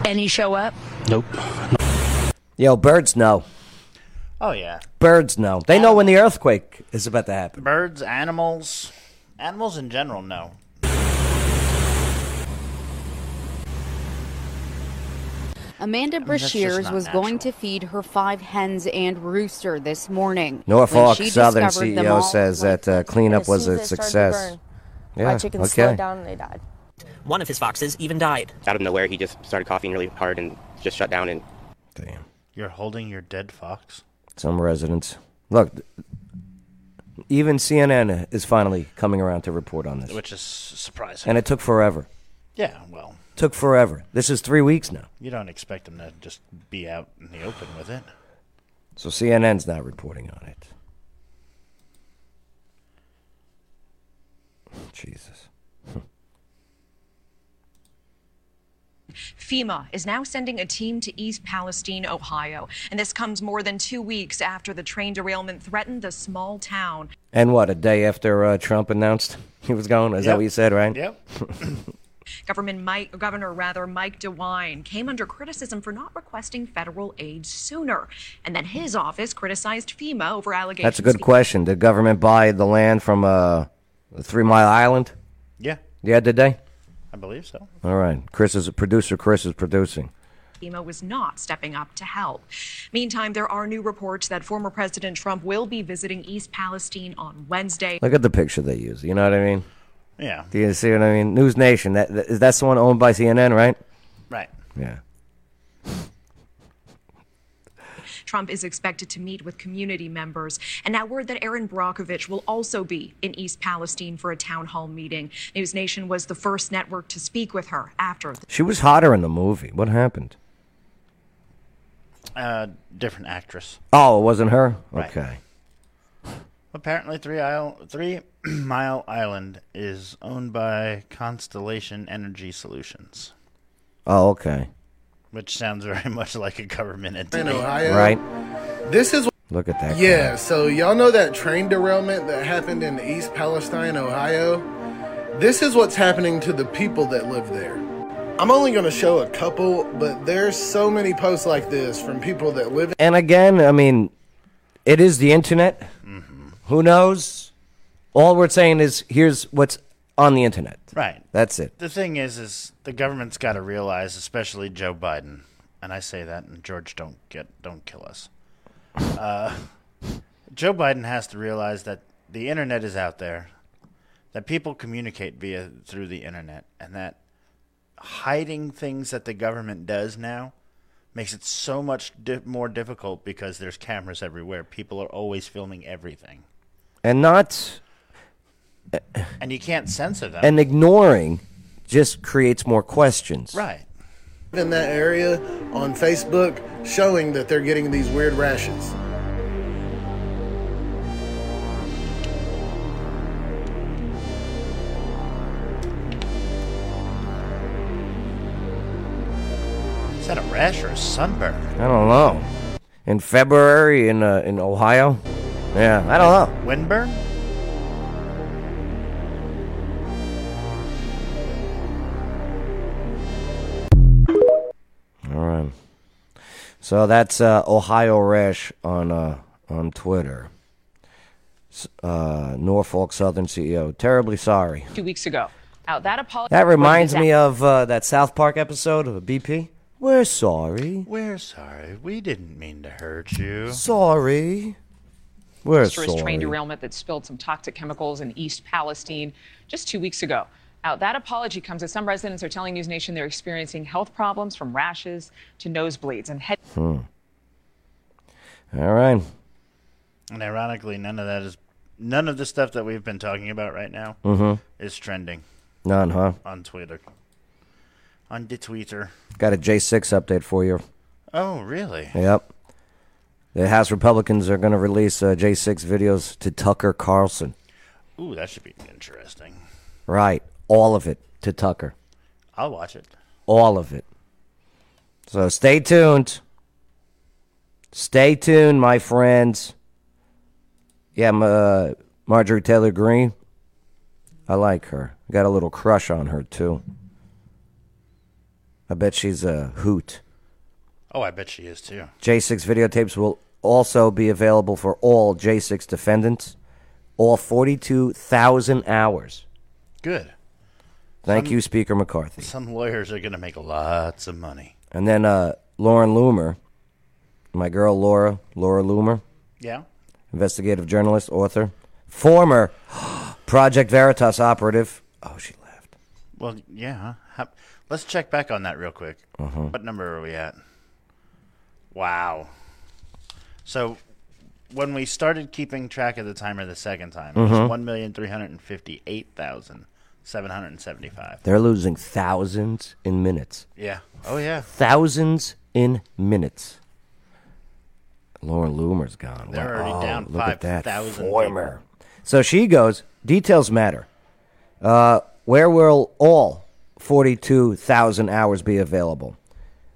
Any show up?
Nope.
Yo, birds know.
Oh yeah,
Birds know. They know when the earthquake is about to happen.
birds, animals, animals in general. No,
Amanda
that's just
Brashears
not
was going to feed her five hens and rooster this morning.
Norfolk
When she
Southern
discovered them
CEO
all-
says that uh, cleanup
as
was
soon
a
as they started to
success.
burn,
Yeah. okay.
down and they died.
One of his foxes even died. Out of nowhere, he just started coughing really hard and just shut down. And
you're holding your dead fox.
Some residents look. th- Even CNN is finally coming around to report on this,
Which is surprising.
and it took forever.
Yeah, well,
Took forever. This is three weeks now.
you don't expect them to just be out in the open with it.
So CNN's not reporting on it. Jesus.
FEMA is now sending a team to East Palestine, Ohio. And this comes more than two weeks after the train derailment threatened the small town.
And what, a day after uh, Trump announced [laughs] he was going? Is that
Yep.
what you said, right?
Yep.
[laughs]
Government Mike, Governor rather Mike DeWine came under criticism for not requesting federal aid sooner, and then his office criticized FEMA over allegations.
That's a good question. Did government buy the land from uh, Three Mile Island?
Yeah.
Yeah, did they?
I believe so.
All right. Chris is a producer. Chris is producing.
FEMA was not stepping up to help. Meantime, there are new reports that former President Trump will be visiting East Palestine on Wednesday.
Look at the picture they use. You know what I mean?
Yeah.
Do you see what I mean? News Nation. That, that that's the one owned by CNN, right?
Right.
Yeah.
Trump is expected to meet with community members. And now word that Aaron Brockovich will also be in East Palestine for a town hall meeting. News Nation was the first network to speak with her after the
She was hotter in the movie. What happened?
Uh, different actress.
Oh, it wasn't her? Okay.
Apparently, Three Isle, Three [clears throat] Mile Island is owned by Constellation Energy Solutions,
Oh, okay.
which sounds very [laughs] much like a government entity.
In Ohio.
Right?
This is
Look at that.
Yeah, so y'all know that train derailment that happened in East Palestine, Ohio? This is what's happening to the people that live there. I'm only going to show a couple, but there's so many posts like this from people that live
And again, I mean, it is the internet.
Mm-hmm.
Who knows? All we're saying is here's what's on the internet.
Right.
That's it.
The thing is, is the government's got to realize, especially Joe Biden, and I say that, and George, don't get, don't kill us. Uh, Joe Biden has to realize that the internet is out there, that people communicate via through the internet, and that hiding things that the government does now makes it so much di- more difficult because there's cameras everywhere. People are always filming everything,
And not
and you can't censor them.
and ignoring just creates more questions.
Right.
in that area on Facebook showing that they're getting these weird rashes.
is that a rash or a sunburn?
I don't know. In February in uh, in Ohio? Yeah, I don't know.
Windburn?
All right. So that's uh, Ohio Rash on uh, on Twitter. S- Uh, Norfolk Southern CEO, terribly sorry.
two weeks ago. Out that apology.
That reminds me of uh, that South Park episode of BP. We're sorry.
We're sorry. We didn't mean to hurt you.
Sorry. We're
Tourist train
sorry.
derailment that spilled some toxic chemicals in East Palestine just two weeks ago. Out that apology comes as some residents are telling News Nation they're experiencing health problems from rashes to nosebleeds and head.
Hmm. All right.
And ironically, none of that is none of the stuff that we've been talking about right now
Mhm.
is trending.
None, huh?
On Twitter. On the Twitter.
Got a J6 update for you.
Oh, really?
Yep. The House Republicans are going to release uh, J6 videos to Tucker Carlson.
Ooh, that should be interesting.
Right. All of it to Tucker.
I'll watch it.
All of it. So stay tuned. Stay tuned, my friends. Yeah, m- uh, Marjorie Taylor Greene. I like her. Got a little crush on her, too. I bet she's a hoot.
Oh, I bet she is too.
J6 videotapes will also be available for all J6 defendants, all 42,000 hours.
Good.
Thank
Some-
you, Speaker McCarthy.
Some lawyers are going to make lots of money.
And then uh, Lauren Loomer, my girl Laura, Laura Loomer,
Yeah.
investigative journalist, author, former [gasps] Project Veritas operative. Oh, she left.
Well, yeah. How, let's check back on that real quick.
Mhm.
What number are we at? Wow. So when we started keeping track of the timer the second time, it
Mhm.
was one million three hundred and fifty-eight thousand seven hundred and seventy-five.
They're losing thousands in minutes.
Yeah. Oh yeah.
Thousands in minutes. Lauren Loomer's gone.
They're
Wow.
already down
look at that.
5,000
Former. So she goes, details matter. Uh, where will all 42,000 hours be available?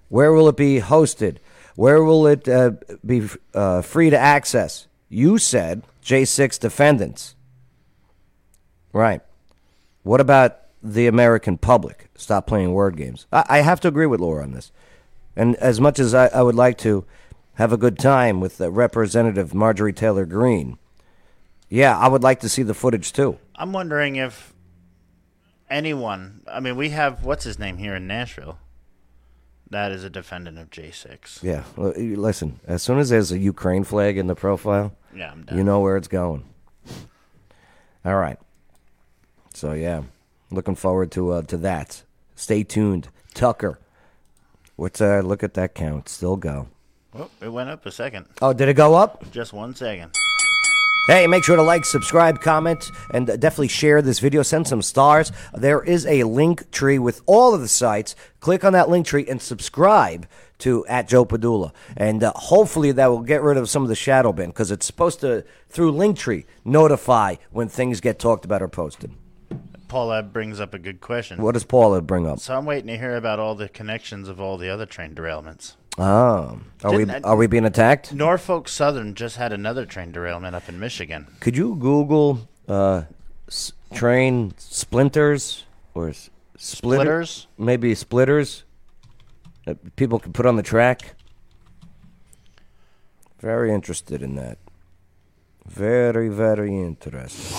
Where will it be hosted? Where will it uh, be uh, free to access? You said J6 defendants. Right. What about the American public? Stop playing word games. I, I have to agree with Laura on this. And as much as I, I would like to have a good time with uh, Representative Marjorie Taylor Greene, yeah, I would like to see the footage too.
I'm wondering if anyone. I mean, we have what's his name here in Nashville. That is a defendant of J6.
Yeah, l- you- listen, as soon as there's a Ukraine flag in the profile,
Yeah, I'm
you know where it's going. All right. So yeah, looking forward to uh, to that. Stay tuned, Tucker. What's uh? Look at that count. Still go.
Well, Oh, it went up a second.
Oh, did it go up?
Just one second.
Hey, make sure to like, subscribe, comment, and definitely share this video. Send some stars. There is a link tree with all of the sites. Click on that link tree and subscribe to at Joe Padula, and uh, hopefully that will get rid of some of the shadow bin because it's supposed to through Linktree notify when things get talked about or posted.
Paula brings up a good question.
What does Paula bring up?
So I'm waiting to hear about all the connections of all the other train derailments.
Oh, are we
Didn't I-
are we being attacked?
Norfolk Southern just had another train derailment up in Michigan.
Could you Google uh, s- train splinters or s- splitter-
Splitters?
Maybe splitters that people can put on the track. Very interested in that. Very, very interested.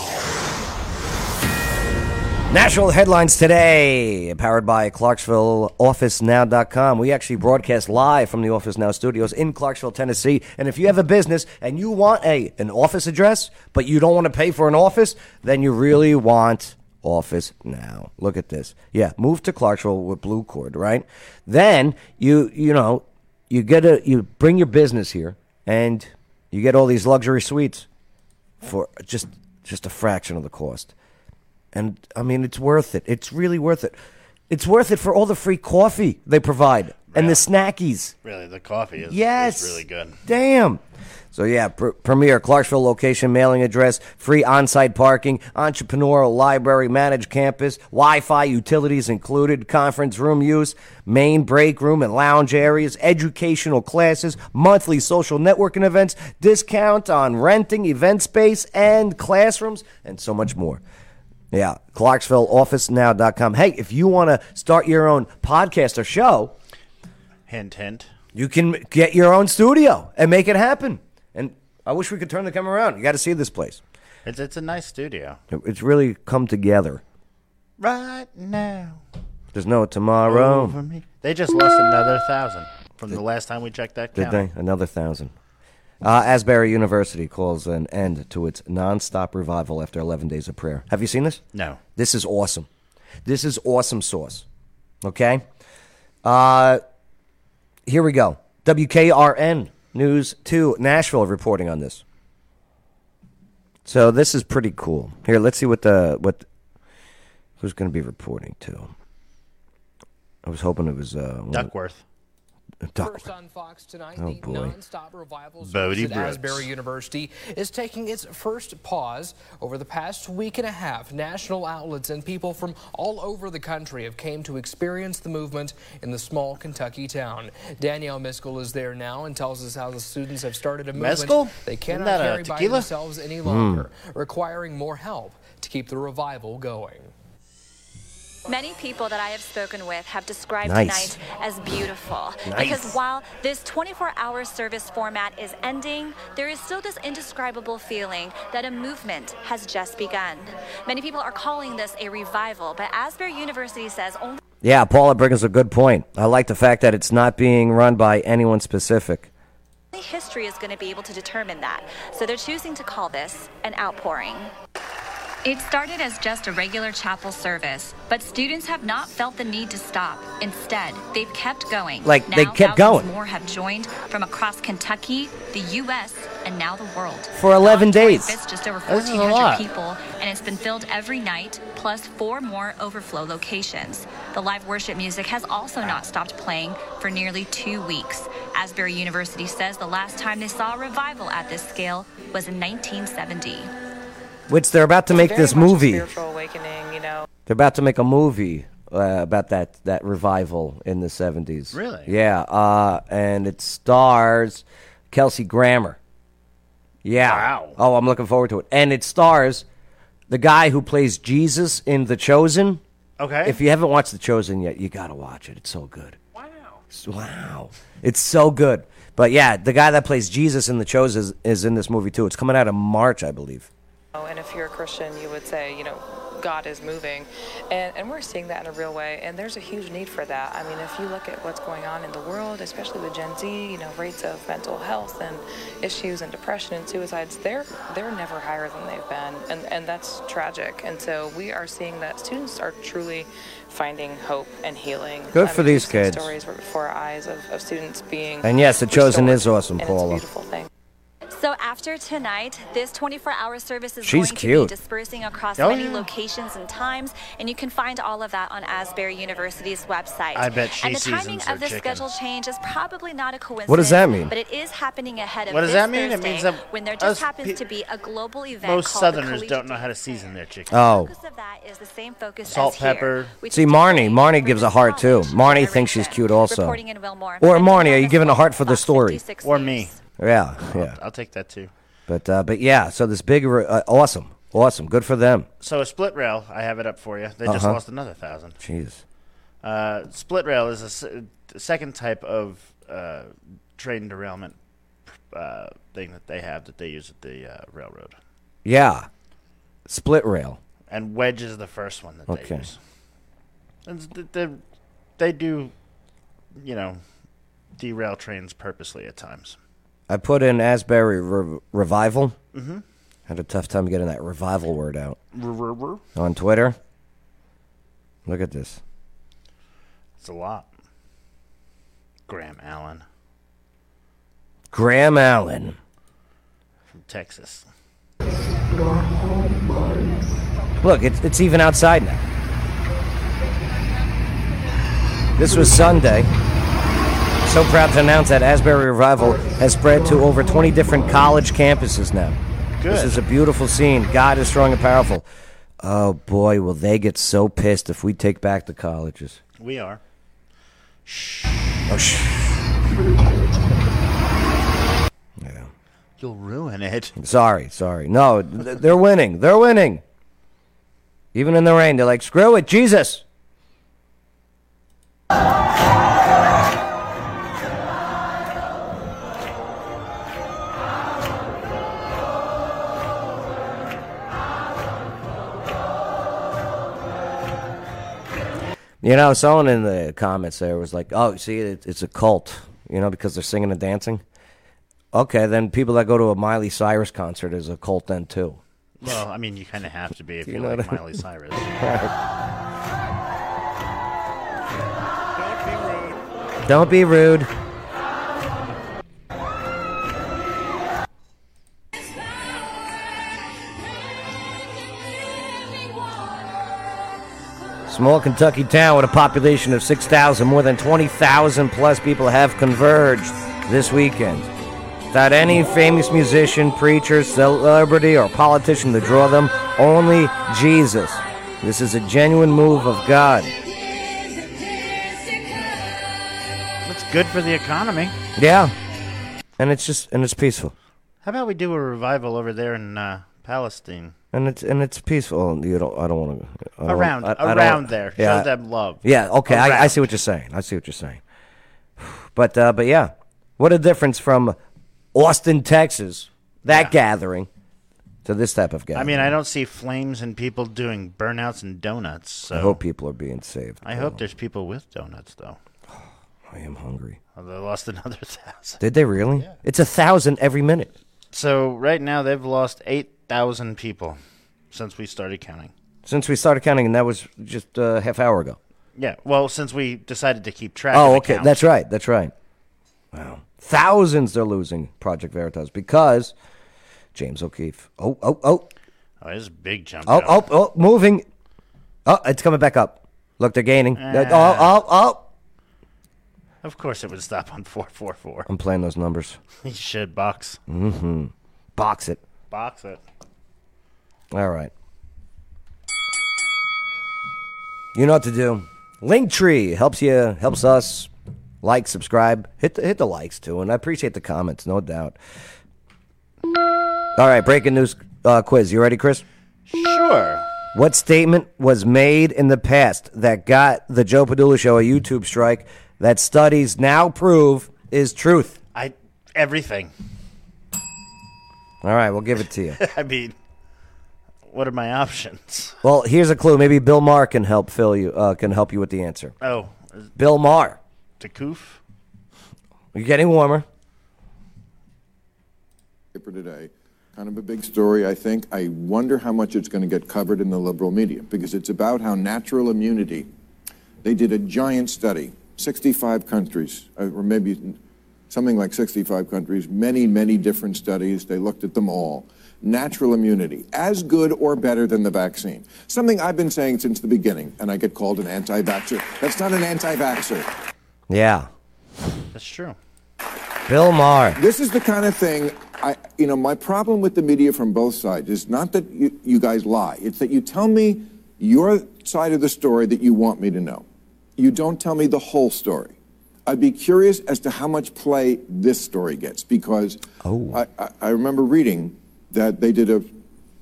National headlines today, powered by Clarksville OfficeNow.com. We actually broadcast live from the Office Now studios in Clarksville, Tennessee. And if you have a business and you want a an office address, but you don't want to pay for an office, then you really want Office Now. Look at this. Yeah, move to Clarksville with Blue Cord, right? Then you you know you get a you bring your business here and you get all these luxury suites for just just a fraction of the cost. And I mean, it's worth it. It's really worth it. It's worth it for all the free coffee they provide and the snackies.
Really, the coffee is,
Yes.
is really good.
Damn. So yeah, pr- premier Clarksville location, mailing address, free on-site parking, entrepreneurial library, managed campus, Wi-Fi, utilities included, conference room use, main break room and lounge areas, educational classes, monthly social networking events, discount on renting event space and classrooms, and so much more. Yeah, ClarksvilleOfficeNow.com. Hey, if you want to start your own podcast or show,
Hint, hint.
you can get your own studio and make it happen. And I wish we could turn the camera around. You got to see this place.
It's it's a nice studio.
It's really come together.
Right now.
There's no tomorrow.
Over me. They just lost another thousand from the last time we checked that
Did
count.
they? Another thousand. Uh, Asbury University calls an end to its nonstop revival after 11 days of prayer. Have you seen this?
No.
This is awesome. This is awesome sauce. Okay? Uh, here we go. WKRN News 2 Nashville reporting on this. So this is pretty cool. Here, let's see what the what who's going to be reporting to. I was hoping it was uh, one of-
Duckworth.
Duckworth.
on Fox tonight,
Oh,
the
boy.
nonstop revival
Uh,
Bodie
service at
Brooks.
Asbury University is taking its first pause. Over the past week and a half, national outlets and people from all over the country have came to experience the movement in the small Kentucky town. Danielle Miskell is there now and tells us how the students have started a movement
Miskell?
they
Isn't
cannot
that a
carry by
tequila? Hmm.
themselves any longer, requiring more help to keep the revival going.
Many people that I have spoken with have described
Nice.
tonight as beautiful.
Nice.
Because while this 24 hour service format is ending, there is still this indescribable feeling that a movement has just begun. Many people are calling this a revival, but Asbury University says only.
Yeah, Paula brings a good point. I like the fact that it's not being run by anyone specific.
History is going to be able to determine that. So they're choosing to call this an outpouring. It started as just a regular chapel service, but students have not felt the need to stop. Instead, they've kept going.
Like, they
Now
kept
thousands
going.
More have joined from across Kentucky, the U.S., and now the world.
For 11 days.
It's just over
This is a
1,400
lot.
people, and it's been filled every night, plus four more overflow locations. The live worship music has also not stopped playing for nearly two weeks. Asbury University says the last time they saw a revival at this scale was in 1970.
Which they're about to make this movie. They're
awakening, you know.
about to make a movie uh, about that, that revival in the 70s.
Really?
Yeah, uh, and it stars Kelsey Grammer. Yeah. Wow. Oh, I'm looking forward to it. And it stars the guy who plays Jesus in The Chosen.
Okay.
If you haven't watched The Chosen yet, you got to watch it. It's so good. S- Wow. It's so good. But yeah, the guy that plays Jesus in The Chosen is, is in this movie too. It's coming out in March, I believe.
Oh, and if you're a Christian, you would say, you know, God is moving. And, and we're seeing that in a real way. And there's a huge need for that. I mean, if you look at what's going on in the world, especially with Gen Z, you know, rates of mental health and issues and depression and suicides, they're, they're never higher than they've been. And, and that's tragic. And so we are seeing that students are truly finding hope and healing.
Good for
we've
these
seen
kids.
Stories were before our eyes of, of students being.
And yes, The Chosen is awesome,
and it's a
Paula.
beautiful thing.
So after tonight, this 24-hour service is
She's
going
cute.
to be dispersing across
Oh,
many
yeah.
locations and times, and you can find all of that on Asbury University's website.
I bet she
And the
seasons
timing
her
of this
chicken.
schedule change is probably not a coincidence.
What does that mean?
But it is happening ahead of
What does
this
that mean? It
Thursday,
means that
when there
us
just happens
pe-
to be a global event
Most
called
Southerners
the
don't know how to season their chicken.
Oh.
focus of that is the same focus
Salt,
as here,
pepper.
which
See, Marnie. Marnie gives a heart too. Marnie thinks she's cute also. Or
Reporting in Wilmore.
Marnie, are you giving a heart for the story?
Or me.
Yeah, yeah.
I'll take that too.
But uh, but yeah. So this big, uh, awesome, awesome. Good for them.
So a split rail, I have it up for you. They just
Uh-huh.
lost another thousand.
Jeez.
Uh, split rail is a s- a second type of uh, train derailment uh, thing that they have that they use at the uh, railroad.
Yeah. Split rail.
And wedge is the first one that they
Okay.
use. And th- they, they do, you know, derail trains purposely at times.
I put in Asbury re- revival.
Mm-hmm.
Mhm.
Had a tough time getting that revival word out
It's
on Twitter. Look at this.
a lot. Graham Allen
Graham Allen.
from Texas.
Look, it's it's even outside now. This was Sunday. So proud to announce that Asbury Revival has spread to over 20 different college campuses now. This
Good.
is a beautiful scene. God is strong and powerful. Oh boy, will they get so pissed if we take back the colleges.
We are.
Oh, sh-
You'll ruin it.
sorry, sorry. No, th- they're winning. They're winning. Even in the rain, they're like, screw it, Jesus. You know, someone in the comments there was like, "Oh, see, it, it's a cult," you know, because they're singing and dancing. Okay, then people that go to a Miley Cyrus concert is a cult then too.
Well, I mean, you kind of have to be if
You
you,
know what
like
I mean?
Miley Cyrus.
Right. Don't be rude. Small Kentucky town with a population of 6,000, more than 20,000 plus people have converged this weekend. Without any famous musician, preacher, celebrity, or politician to draw them, only Jesus. This is a genuine move of God.
That's good for the economy.
Yeah. And it's just, and it's peaceful.
How about we do a revival over there in uh, Palestine?
And it's and it's peaceful. You don't. I don't want to.
Around- around there. Show them love.
Yeah. Okay. I, I
Around.
see what you're saying. I see what you're saying. [sighs] But uh, but yeah, what a difference from Austin, Texas, that gathering, to this type of gathering.
I mean, I don't see flames and people doing burnouts and donuts. So
I hope people are being saved.
I hope there's people with donuts though.
[sighs] I am hungry.
Oh, they lost [laughs] another thousand.
Did they really? It's a thousand every minute.
So right now they've lost eight thousand people since we started counting.
Since we started counting, and that was just a half hour ago.
Yeah, well, since we decided to keep track.
Oh,
of the
okay.
count.
That's right. That's right. Wow. Thousands they're losing Project Veritas because James O'Keefe. Oh, oh, oh.
Oh, it's a big jump.
Oh,
down.
oh, oh, moving. Oh, it's coming back up. Look, they're [laughs] gaining.
Ah.
Oh, oh, oh.
Of course, it would stop on four four four.
I'm playing those numbers.
[laughs] You should box
hmm Box it.
box it.
All right. You know what to do. Linktree helps you, helps us. Like, subscribe, hit the, hit the likes too, and I appreciate the comments, no doubt. All right, breaking news uh, quiz. You ready, Chris?
Sure.
What statement was made in the past that got the Joe Padula Show a YouTube strike that studies now prove is truth?
I everything. [laughs]
All right, we'll give it to you.
I mean, What are my options?
Well, here's a clue. Maybe Bill Maher can help fill you. Uh, can help you with the answer.
Oh,
Bill Maher.
the coof.
You're getting warmer.
paper today. Kind of a big story, I think. I wonder how much it's going to get covered in the liberal media because it's about how natural immunity. They did a giant study, 65 countries, uh, or maybe something like 65 countries, many, many different studies. They looked at them all. Natural immunity, as good or better than the vaccine. Something I've been saying since the beginning, and I get called an anti vaxxer. That's not an anti vaxxer.
Yeah.
That's true.
Bill Maher.
This is the kind of thing I, you know, my problem with the media from both sides is not that you, you guys lie. It's that you tell me your side of the story that you want me to know. You don't tell me the whole story. I'd be curious as to how much play this story gets because
Oh,
I, I, I remember reading that they did a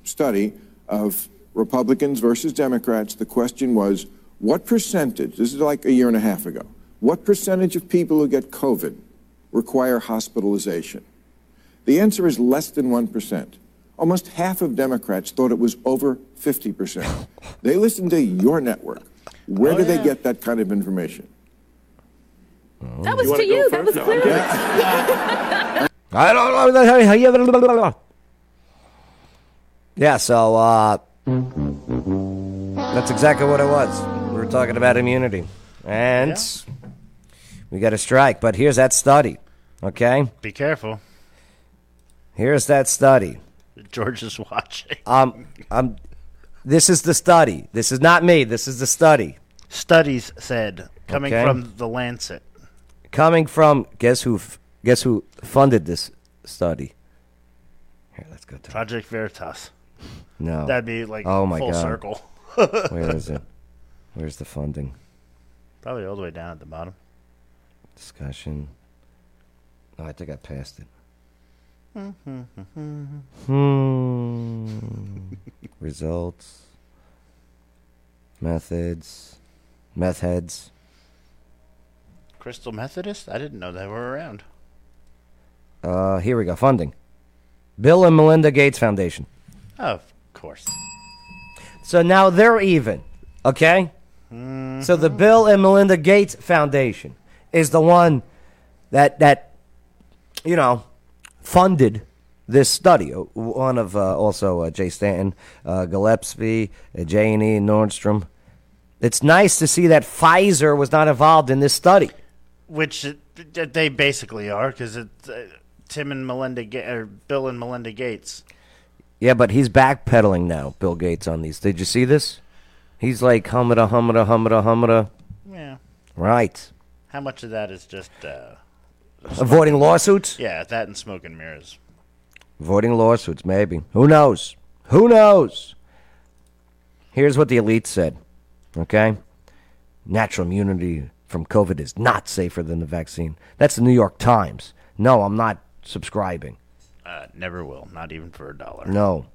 study of Republicans versus Democrats. The question was, what percentage, this is like a year and a half ago, what percentage of people who get COVID require hospitalization? The answer is less than 1%. Almost half of Democrats thought it was over 50%. they listen to your network. Where do they get that kind of information?
That was to you. That was clear.
I don't know. Yeah, so uh, that's exactly what it was. We were talking about immunity. And we got a strike. But here's that study, okay?
Be careful.
Here's that study.
George is watching.
Um, um, this is the study. This is not me. This is the study.
Studies said coming
Okay.
from the Lancet.
Coming from guess who? f- Guess who funded this study?
Project Veritas.
No,
That'd be like
oh my
full
God.
circle.
[laughs] Where is
[laughs]
it? Where's the funding
Probably all the way down at the bottom.
discussion? Oh, I think I passed
[laughs]
it. Hmm. Results. Methods. Meth heads.
Crystal Methodist? I didn't know they were around.
Uh, here we go. Funding. Bill and Melinda Gates Foundation.
Of course.
So now they're even. Okay?
Hmm.
So the Bill and Melinda Gates Foundation is the one that that you know funded this study. O- One of uh, also uh, Jay Stanton, uh, Gillespie, uh, J and E Nordstrom. It's nice to see that Pfizer was not involved in this study.
Which it, th- they basically are because uh, Tim and Melinda Ga- or Bill and Melinda Gates.
Yeah, but he's backpedaling now, Bill Gates, on these. Did you see this? He's like humada, humada, humada, humada.
Yeah.
Right.
How much of that is just uh,
Avoiding lawsuits?
Yeah, that and smoke and mirrors.
Avoiding lawsuits, maybe. Who knows? Who knows? Here's what the elite said. Okay? Natural immunity from COVID is not safer than the vaccine. That's the New York Times. No, I'm not subscribing.
Uh, never will, not even for a dollar.
No.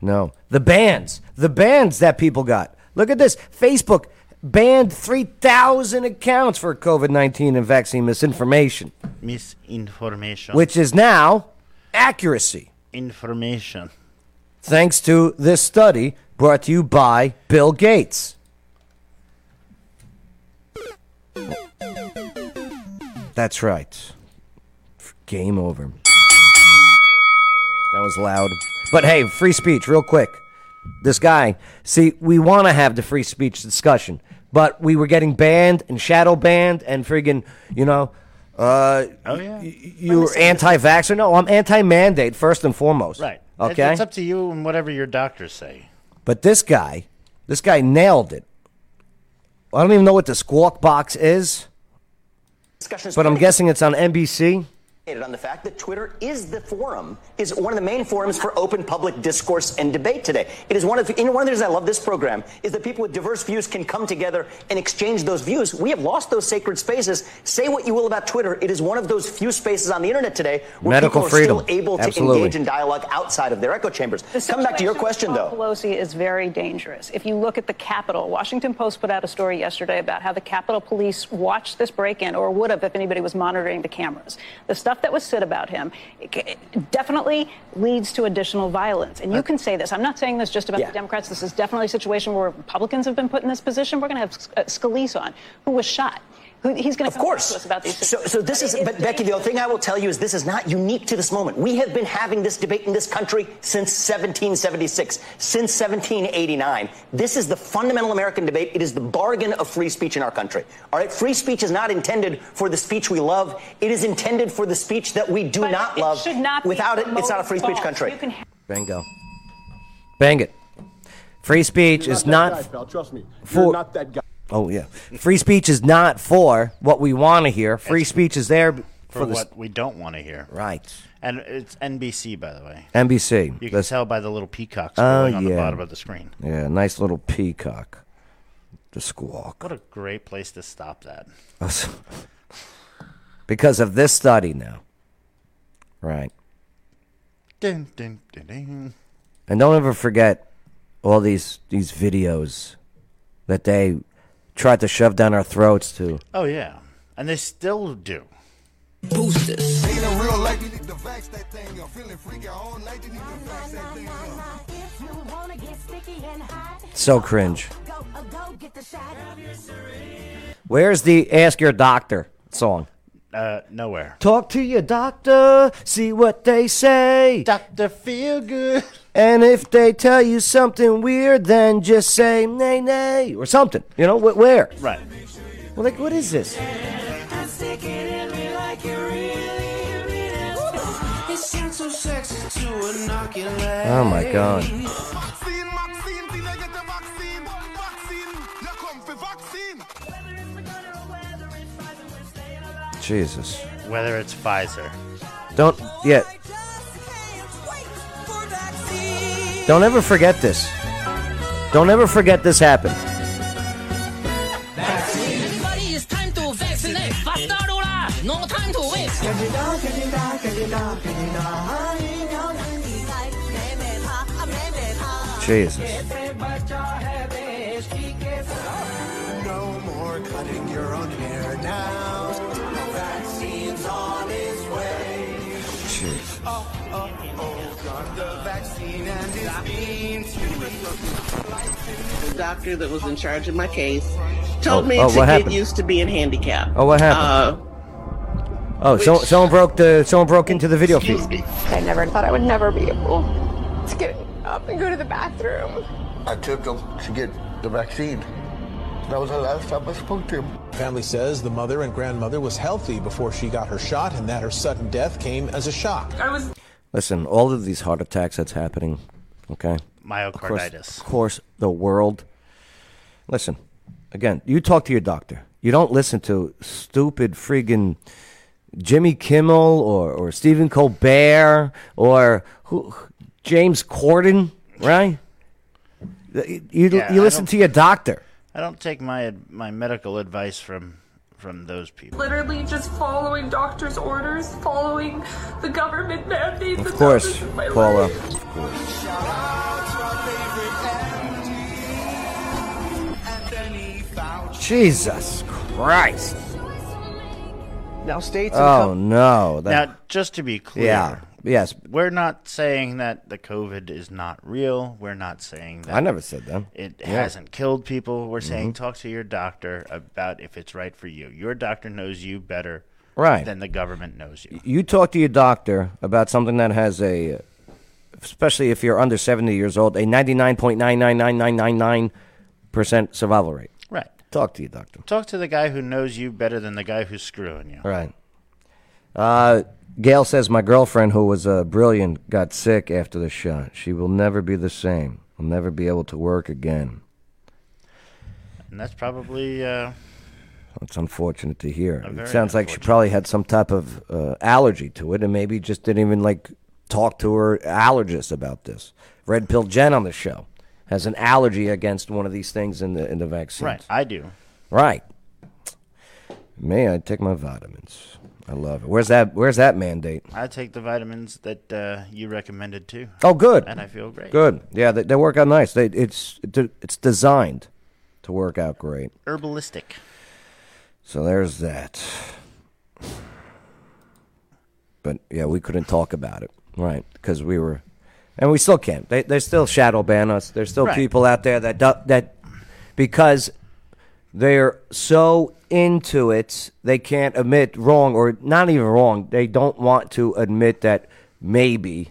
No. The bans. The bans that people got. Look at this. Facebook banned 3,000 accounts for COVID 19 and vaccine misinformation,
Misinformation.
which is now accuracy.
information.
thanks to this study brought to you by Bill Gates. That's right. Game over. That was loud. But hey, free speech, real quick. This guy, see, we want to have the free speech discussion, but we were getting banned and shadow banned and friggin', you know, uh, oh, yeah. you're anti vaxxer. No, I'm anti mandate, first and foremost.
Right. It-
Okay.
It's up to you and whatever your doctors say.
But this guy, this guy nailed it. I don't even know what the squawk box is,
Discussions
but I'm guessing it's on NBC.
predicated on the fact that Twitter is the forum, is one of the main forums for open public discourse and debate today. It is one of the, you know, one of the reasons I love this program is that people with diverse views can come together and exchange those views. We have lost those sacred spaces. Say what you will about Twitter, it is one of those few spaces on the internet today where
Medical
people are
freedom.
still able to
Absolutely.
engage in dialogue outside of their echo chambers.
The
Come back to your
situation
question,
with
though.
Paul Pelosi is very dangerous. If you look at the Capitol, Washington Post put out a story yesterday about how the Capitol police watched this break-in, or would have if anybody was monitoring the cameras. The stuff that was said about him it c- it definitely leads to additional violence. And you can say this. I'm not saying this just about
Uh, Yeah.
the Democrats. This is definitely a situation where Republicans have been put in this position. We're going to have S- uh, Scalise on, who was shot. Who, he's going to
Of
come talk to us
course.
about these
So, so this is, but Becky, the thing I will tell you is this is not unique to this moment. We have been having this debate in this country since 1776, since 1789. This is the fundamental American debate. It is the bargain of free speech in our country. All right, free speech is not intended for the speech we love. It is intended for the speech that we do not love.
should not be
Without it, it's not a
promoted
free speech
false.
country.
You can ha-
Bingo. Bang it. Free speech
You're
is
not
not.
that guy, pal. Trust me.
for-
You're not that guy.
Oh yeah, free speech is not for what we want to hear. Free speech is there for,
for,
the
what we don't want to hear.
Right.
And it's NBC, by the way.
NBC.
You can
That's-
tell by the little peacocks
Oh
going on
yeah,
the bottom of the screen.
Yeah, nice little peacock. The squawk. [laughs]
What a great place to stop that.
because of this study now. Right.
Dun, dun, dun, dun.
And don't ever forget all these these videos that they tried to shove down our throats to.
Oh, yeah. And they still do.
So cringe. Where's the Ask Your Doctor song?
Uh, nowhere.
Talk to your doctor, see what they say.
Doctor, feel good.
And if they tell you something weird, then just say nay, nay, or something. You know, wh- where?
Right.
Well, like, what is this?
Oh
Oh, my God. Jesus.
Whether it's Pfizer.
Don't, yeah. Don't ever forget this. Don't ever forget this happened.
Everybody, it's time to vaccinate. Bastardo lah. No time to waste.
Jesus.
No more cutting your own hair now. Vaccine's on its way.
Jeez.
The doctor that was in charge of my case told
Oh,
me
oh,
to
what
get
happened?
used to being handicapped. Uh,
Oh, what happened? oh, so, someone broke the someone broke into the video feed.
I never thought I would never be able to get up and go to the bathroom.
I took him to get the vaccine. That was the last time I spoke to him.
Family says the mother and grandmother was healthy before she got her shot and that her sudden death came as a shock.
I was
Listen, all of these heart attacks that's happening, okay?
Myocarditis.
Of course, of course, the world. Listen, again, you talk to your doctor. You don't listen to stupid friggin' Jimmy Kimmel or, or Stephen Colbert or who, James Corden, right? You, you-
Yeah,
you
I
listen
don't-
to your doctor.
I don't take my ad- my medical advice from from those people.
literally just following doctor's orders, following the government mandates.
Of
and
course,
that was my
Paula.
life.
Of course. Jesus Christ.
Now, states.
Oh, no. That-
now, just to be clear,
Yeah. Yes.
we're not saying that the COVID is not real. We're not saying that.
I never said that.
It
Yeah.
hasn't killed people. We're saying
Mhm.
talk to your doctor about if it's right for you. Your doctor knows you better
Right.
than the government knows you.
you talk to your doctor about something that has a, especially if you're under 70 years old, a 99.99999% survival rate.
Right.
Talk to your doctor.
Talk to the guy who knows you better than the guy who's screwing you.
Right. Uh, Gail says, My girlfriend, who was uh, brilliant, got sick after the shot. She will never be the same. I'll never be able to work again.
And that's probably uh,
It's unfortunate to hear.
Uh,
It
very
sounds like she probably had some type of uh, allergy to it, and maybe just didn't even like talk to her allergist about this. Red Pill Jen on the show has an allergy against one of these things in the in the vaccine.
right. I do.
Right. May I take my vitamins? I love it. Where's that? Where's that mandate?
I take the vitamins that uh, you recommended too.
Oh, good.
And I feel great.
Good. Yeah, they, they work out nice. They, it's it's designed to work out great.
Herbalistic.
So there's that. But yeah, we couldn't talk about it, right? Because we were, and we still can't. They they still shadow ban us. There's still
Right.
people out there that do, that because they're so into it, they can't admit wrong or not even wrong. They don't want to admit that maybe,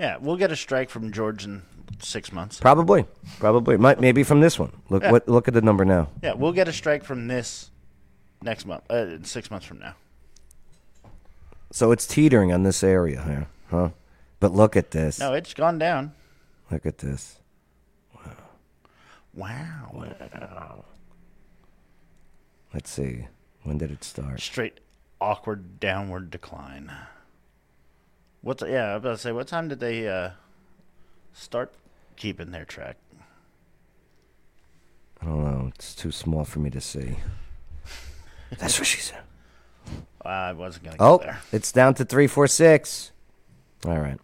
Yeah, we'll get a strike from George in six months.
probably, probably, might maybe from this one. Look
Yeah.
what look at the number now.
Yeah, we'll get a strike from this next month, uh, six months from now.
So it's teetering on this area here, huh? But look at this.
No, it's gone down.
Look at this.
Wow.
Let's see. When did it start?
Straight awkward downward decline. What's yeah? I was about to say, what time did they uh, start keeping their track?
I don't know. It's too small for me to see. That's what she said.
I wasn't gonna go
Oh,
there.
it's down to 346. All right.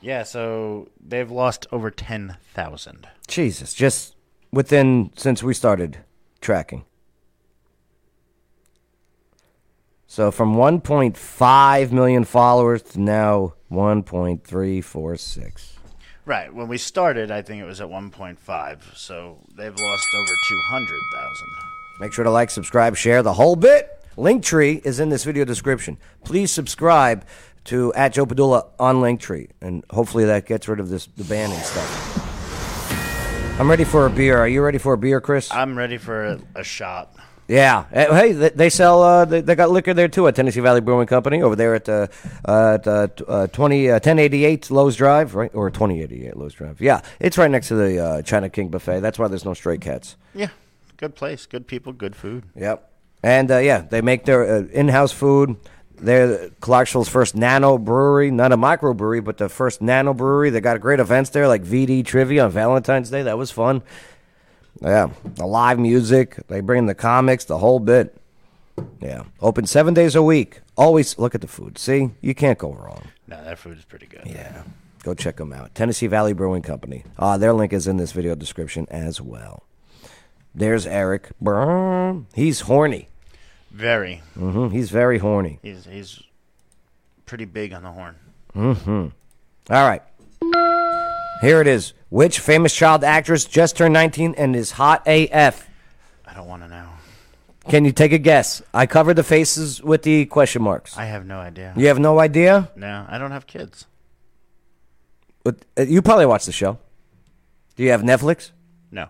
Yeah, so they've lost over ten thousand.
Jesus, just within since we started tracking. So from 1.5 million followers to now 1.346.
Right when we started, I think it was at one point five. So they've lost over two hundred thousand.
Make sure to like, subscribe, share the whole bit. Linktree is in this video description. Please subscribe to at Joe Padula on Linktree, and hopefully that gets rid of this the banning stuff. I'm ready for a beer. Are you ready for a beer, Chris?
I'm ready for a, a shot.
Yeah. Eh, Hey, th- they sell. Uh, they, they got liquor there too at Tennessee Valley Brewing Company over there at the uh, at uh, t- uh, 20 uh, 1088 Lowe's Drive, right? Or 2088 Lowe's Drive. Yeah, it's right next to the uh, China King buffet. That's why there's no stray cats.
Yeah, good place, good people, good food.
Yep. And uh, yeah, they make their uh, in-house food. They're Clarksville's first nano brewery, not a microbrewery, but the first nano brewery. They got great events there, like VD trivia on Valentine's Day. That was fun. Yeah, the live music. They bring the comics, the whole bit. Yeah, open seven days a week. Always look at the food. See, you can't go wrong.
No, that food is pretty good.
Yeah. Go check them out. Tennessee Valley Brewing Company. Uh, their link is in this video description as well. There's Eric. Brrrr. He's horny.
Very.
hmm He's very horny.
He's he's pretty big on the horn.
hmm All right. Here it is. Which famous child actress just turned 19 and is hot AF?
I don't want to know.
Can you take a guess? I covered the faces with the question marks.
I have no idea.
You have no idea?
No, I don't have kids.
But, uh, You probably watch the show. Do you have Netflix?
No.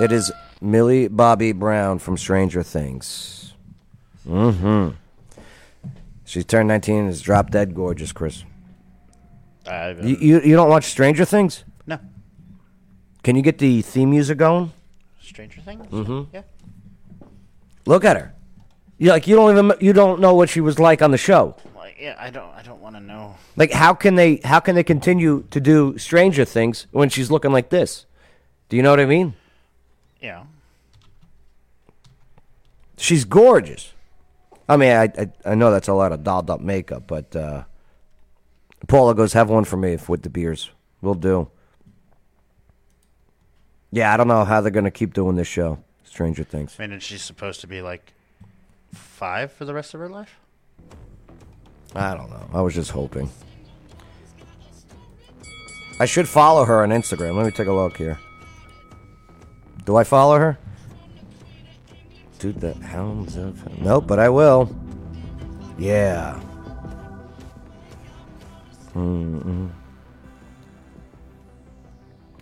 It is Millie Bobby Brown from Stranger Things. Mm-hmm. She turned 19 and is drop dead gorgeous, Chris.
I
You, you, you don't watch Stranger Things?
No.
Can you get the theme music going?
Stranger Things.
Mhm.
Yeah.
Look at her. You like you don't even you don't know what she was like on the show.
Like, yeah, I don't. I don't want to know.
Like how can they how can they continue to do Stranger Things when she's looking like this? Do you know what I mean?
Yeah.
She's gorgeous. I mean, I I, I know that's a lot of dolled up makeup, but uh, Paula goes have one for me if with the beers. We'll do. Yeah, I don't know how they're gonna keep doing this show, Stranger Things.
I mean, and she's supposed to be like five for the rest of her life.
I don't know. I was just hoping. I should follow her on Instagram. Let me take a look here. Do I follow her? Dude, the hounds of. Nope, but I will. Yeah. Mm-mm. Mm-hmm.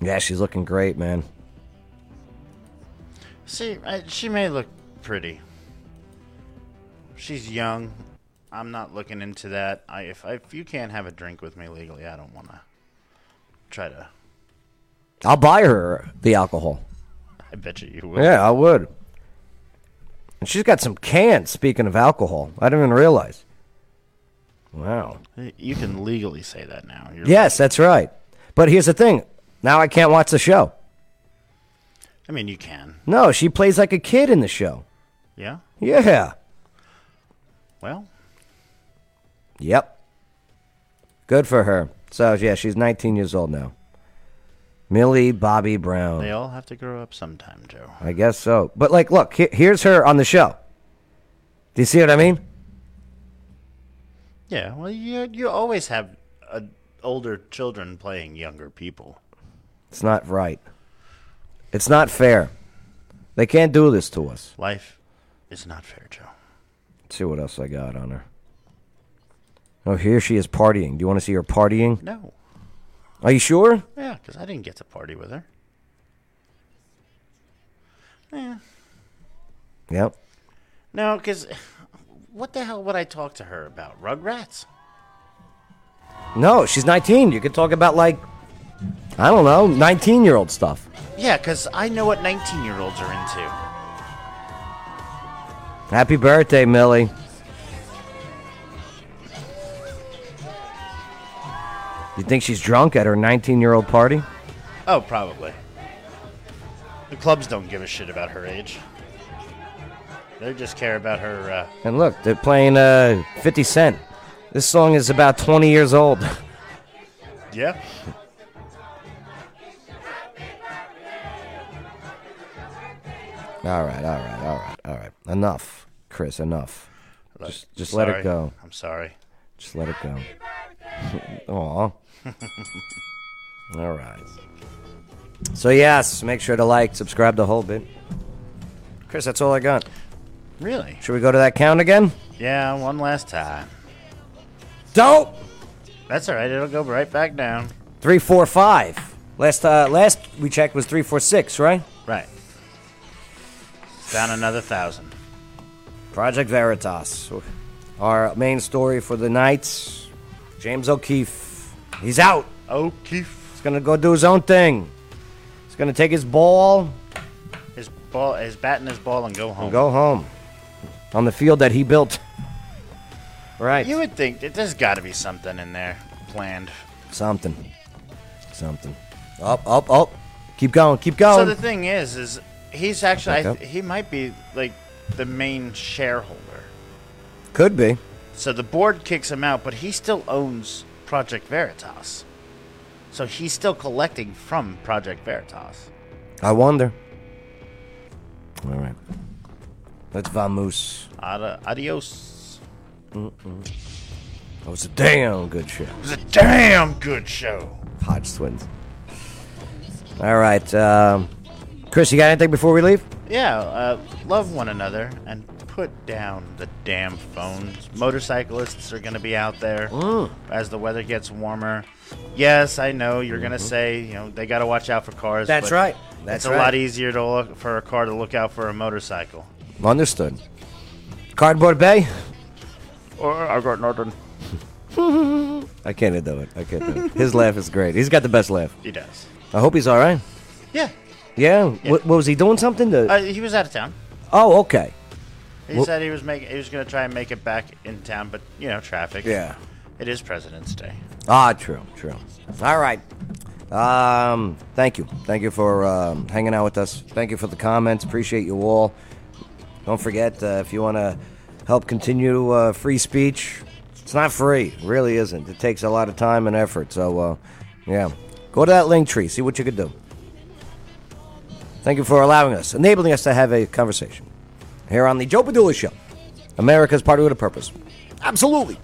Yeah, she's looking great, man.
See, I, she may look pretty. She's young. I'm not looking into that. I, if I, if you can't have a drink with me legally, I don't want to try to.
I'll buy her the alcohol.
I bet you you will.
Yeah, I would. And she's got some cans, speaking of alcohol. I didn't even realize. Wow.
You can legally say that now. You're
Yes, that's right. But here's the thing. Now I can't watch the show.
I mean, you can.
No, she plays like a kid in the show.
Yeah.
Yeah.
Well.
Yep. Good for her. So, yeah, she's 19 years old now. Millie Bobby Brown.
They all have to grow up sometime, Joe.
I guess so. But like, look, he- here's her on the show. Do you see what I mean?
Yeah, well, you you always have uh, older children playing younger people.
It's not right. It's not fair. They can't do this to us.
Life is not fair, Joe.
Let's see what else I got on her. Oh, here she is partying. Do you want to see her partying?
No.
Are you sure?
Yeah, because I didn't get to party with her. Yeah.
Yep.
No, because what the hell would I talk to her about? Rugrats?
No, she's 19. You could talk about, like, I don't know, 19 year old stuff.
Yeah, because I know what 19 year olds are into.
Happy birthday, Millie. You think she's drunk at her 19 year old party?
Oh, probably. The clubs don't give a shit about her age. They just care about her. Uh,
And look, they're playing uh, 50 Cent. This song is about 20 years old. [laughs]
yeah. [laughs]
All right, all right, all right, all right. Enough, Chris. Enough.
Look,
just, just let
sorry.
it go.
I'm sorry.
Just let it go. [laughs] Aw. all right. So yes, make sure to like, subscribe the whole bit. Chris, that's all I got.
Really?
Should we go to that count again?
Yeah, one last time.
Don't.
That's all right. It'll go right back down.
Three, four, five. Last uh, last we checked was three, four, six, right?
Right. Down another thousand.
Project Veritas. Our main story for the night. James O'Keefe. He's out.
O'Keefe.
He's gonna go do his own thing. He's gonna take his ball
His ball, his bat and his ball, and go home.
and go home on the field that he built. Right.
You would think that there's got to be something in there planned.
Something. Something. Up, up, up. Keep going. Keep going.
So the thing is, is he's actually I
Oh. Back
th- he might be like the main shareholder.
Could be.
So the board kicks him out, but he still owns Project Veritas. So he's still collecting from Project Veritas.
I wonder. All right. Let's vamos.
Ad- adios.
Mm-mm. Mm. That was a damn good show.
It was a damn good show.
Hodge twins. All right, um, Chris, you got anything before we leave?
Yeah, uh, love one another and put down the damn phones. Motorcyclists are going to be out there
Mm.
as the weather gets warmer. Yes, I know you're going to say, you know, they got to watch out for cars.
Mm-hmm. That's
but
right. That's
it's a
right.
lot easier to look for a car to look out for a motorcycle.
Understood. Cardboard Bay.
Or I got nothing.
I can't do it. I can't do it. His laugh is great. He's got the best laugh.
He does.
I hope he's all right.
Yeah.
Yeah. What, what was he doing? Something to?
Uh, he was out of town.
oh, okay.
He
Well-
said he was making he was going to try and make it back in town, but you know, traffic.
Yeah.
It is President's Day.
Ah, true, true. All right. Um, thank you. Thank you for um, hanging out with us. Thank you for the comments. Appreciate you all. Don't forget, uh, if you want to help continue uh, free speech, it's not free. It really isn't. It takes a lot of time and effort. So, uh, yeah. Go to that link tree. See what you could do. Thank you for allowing us, enabling us to have a conversation here on the Joe Padula Show. America's Party with a Purpose. Absolutely.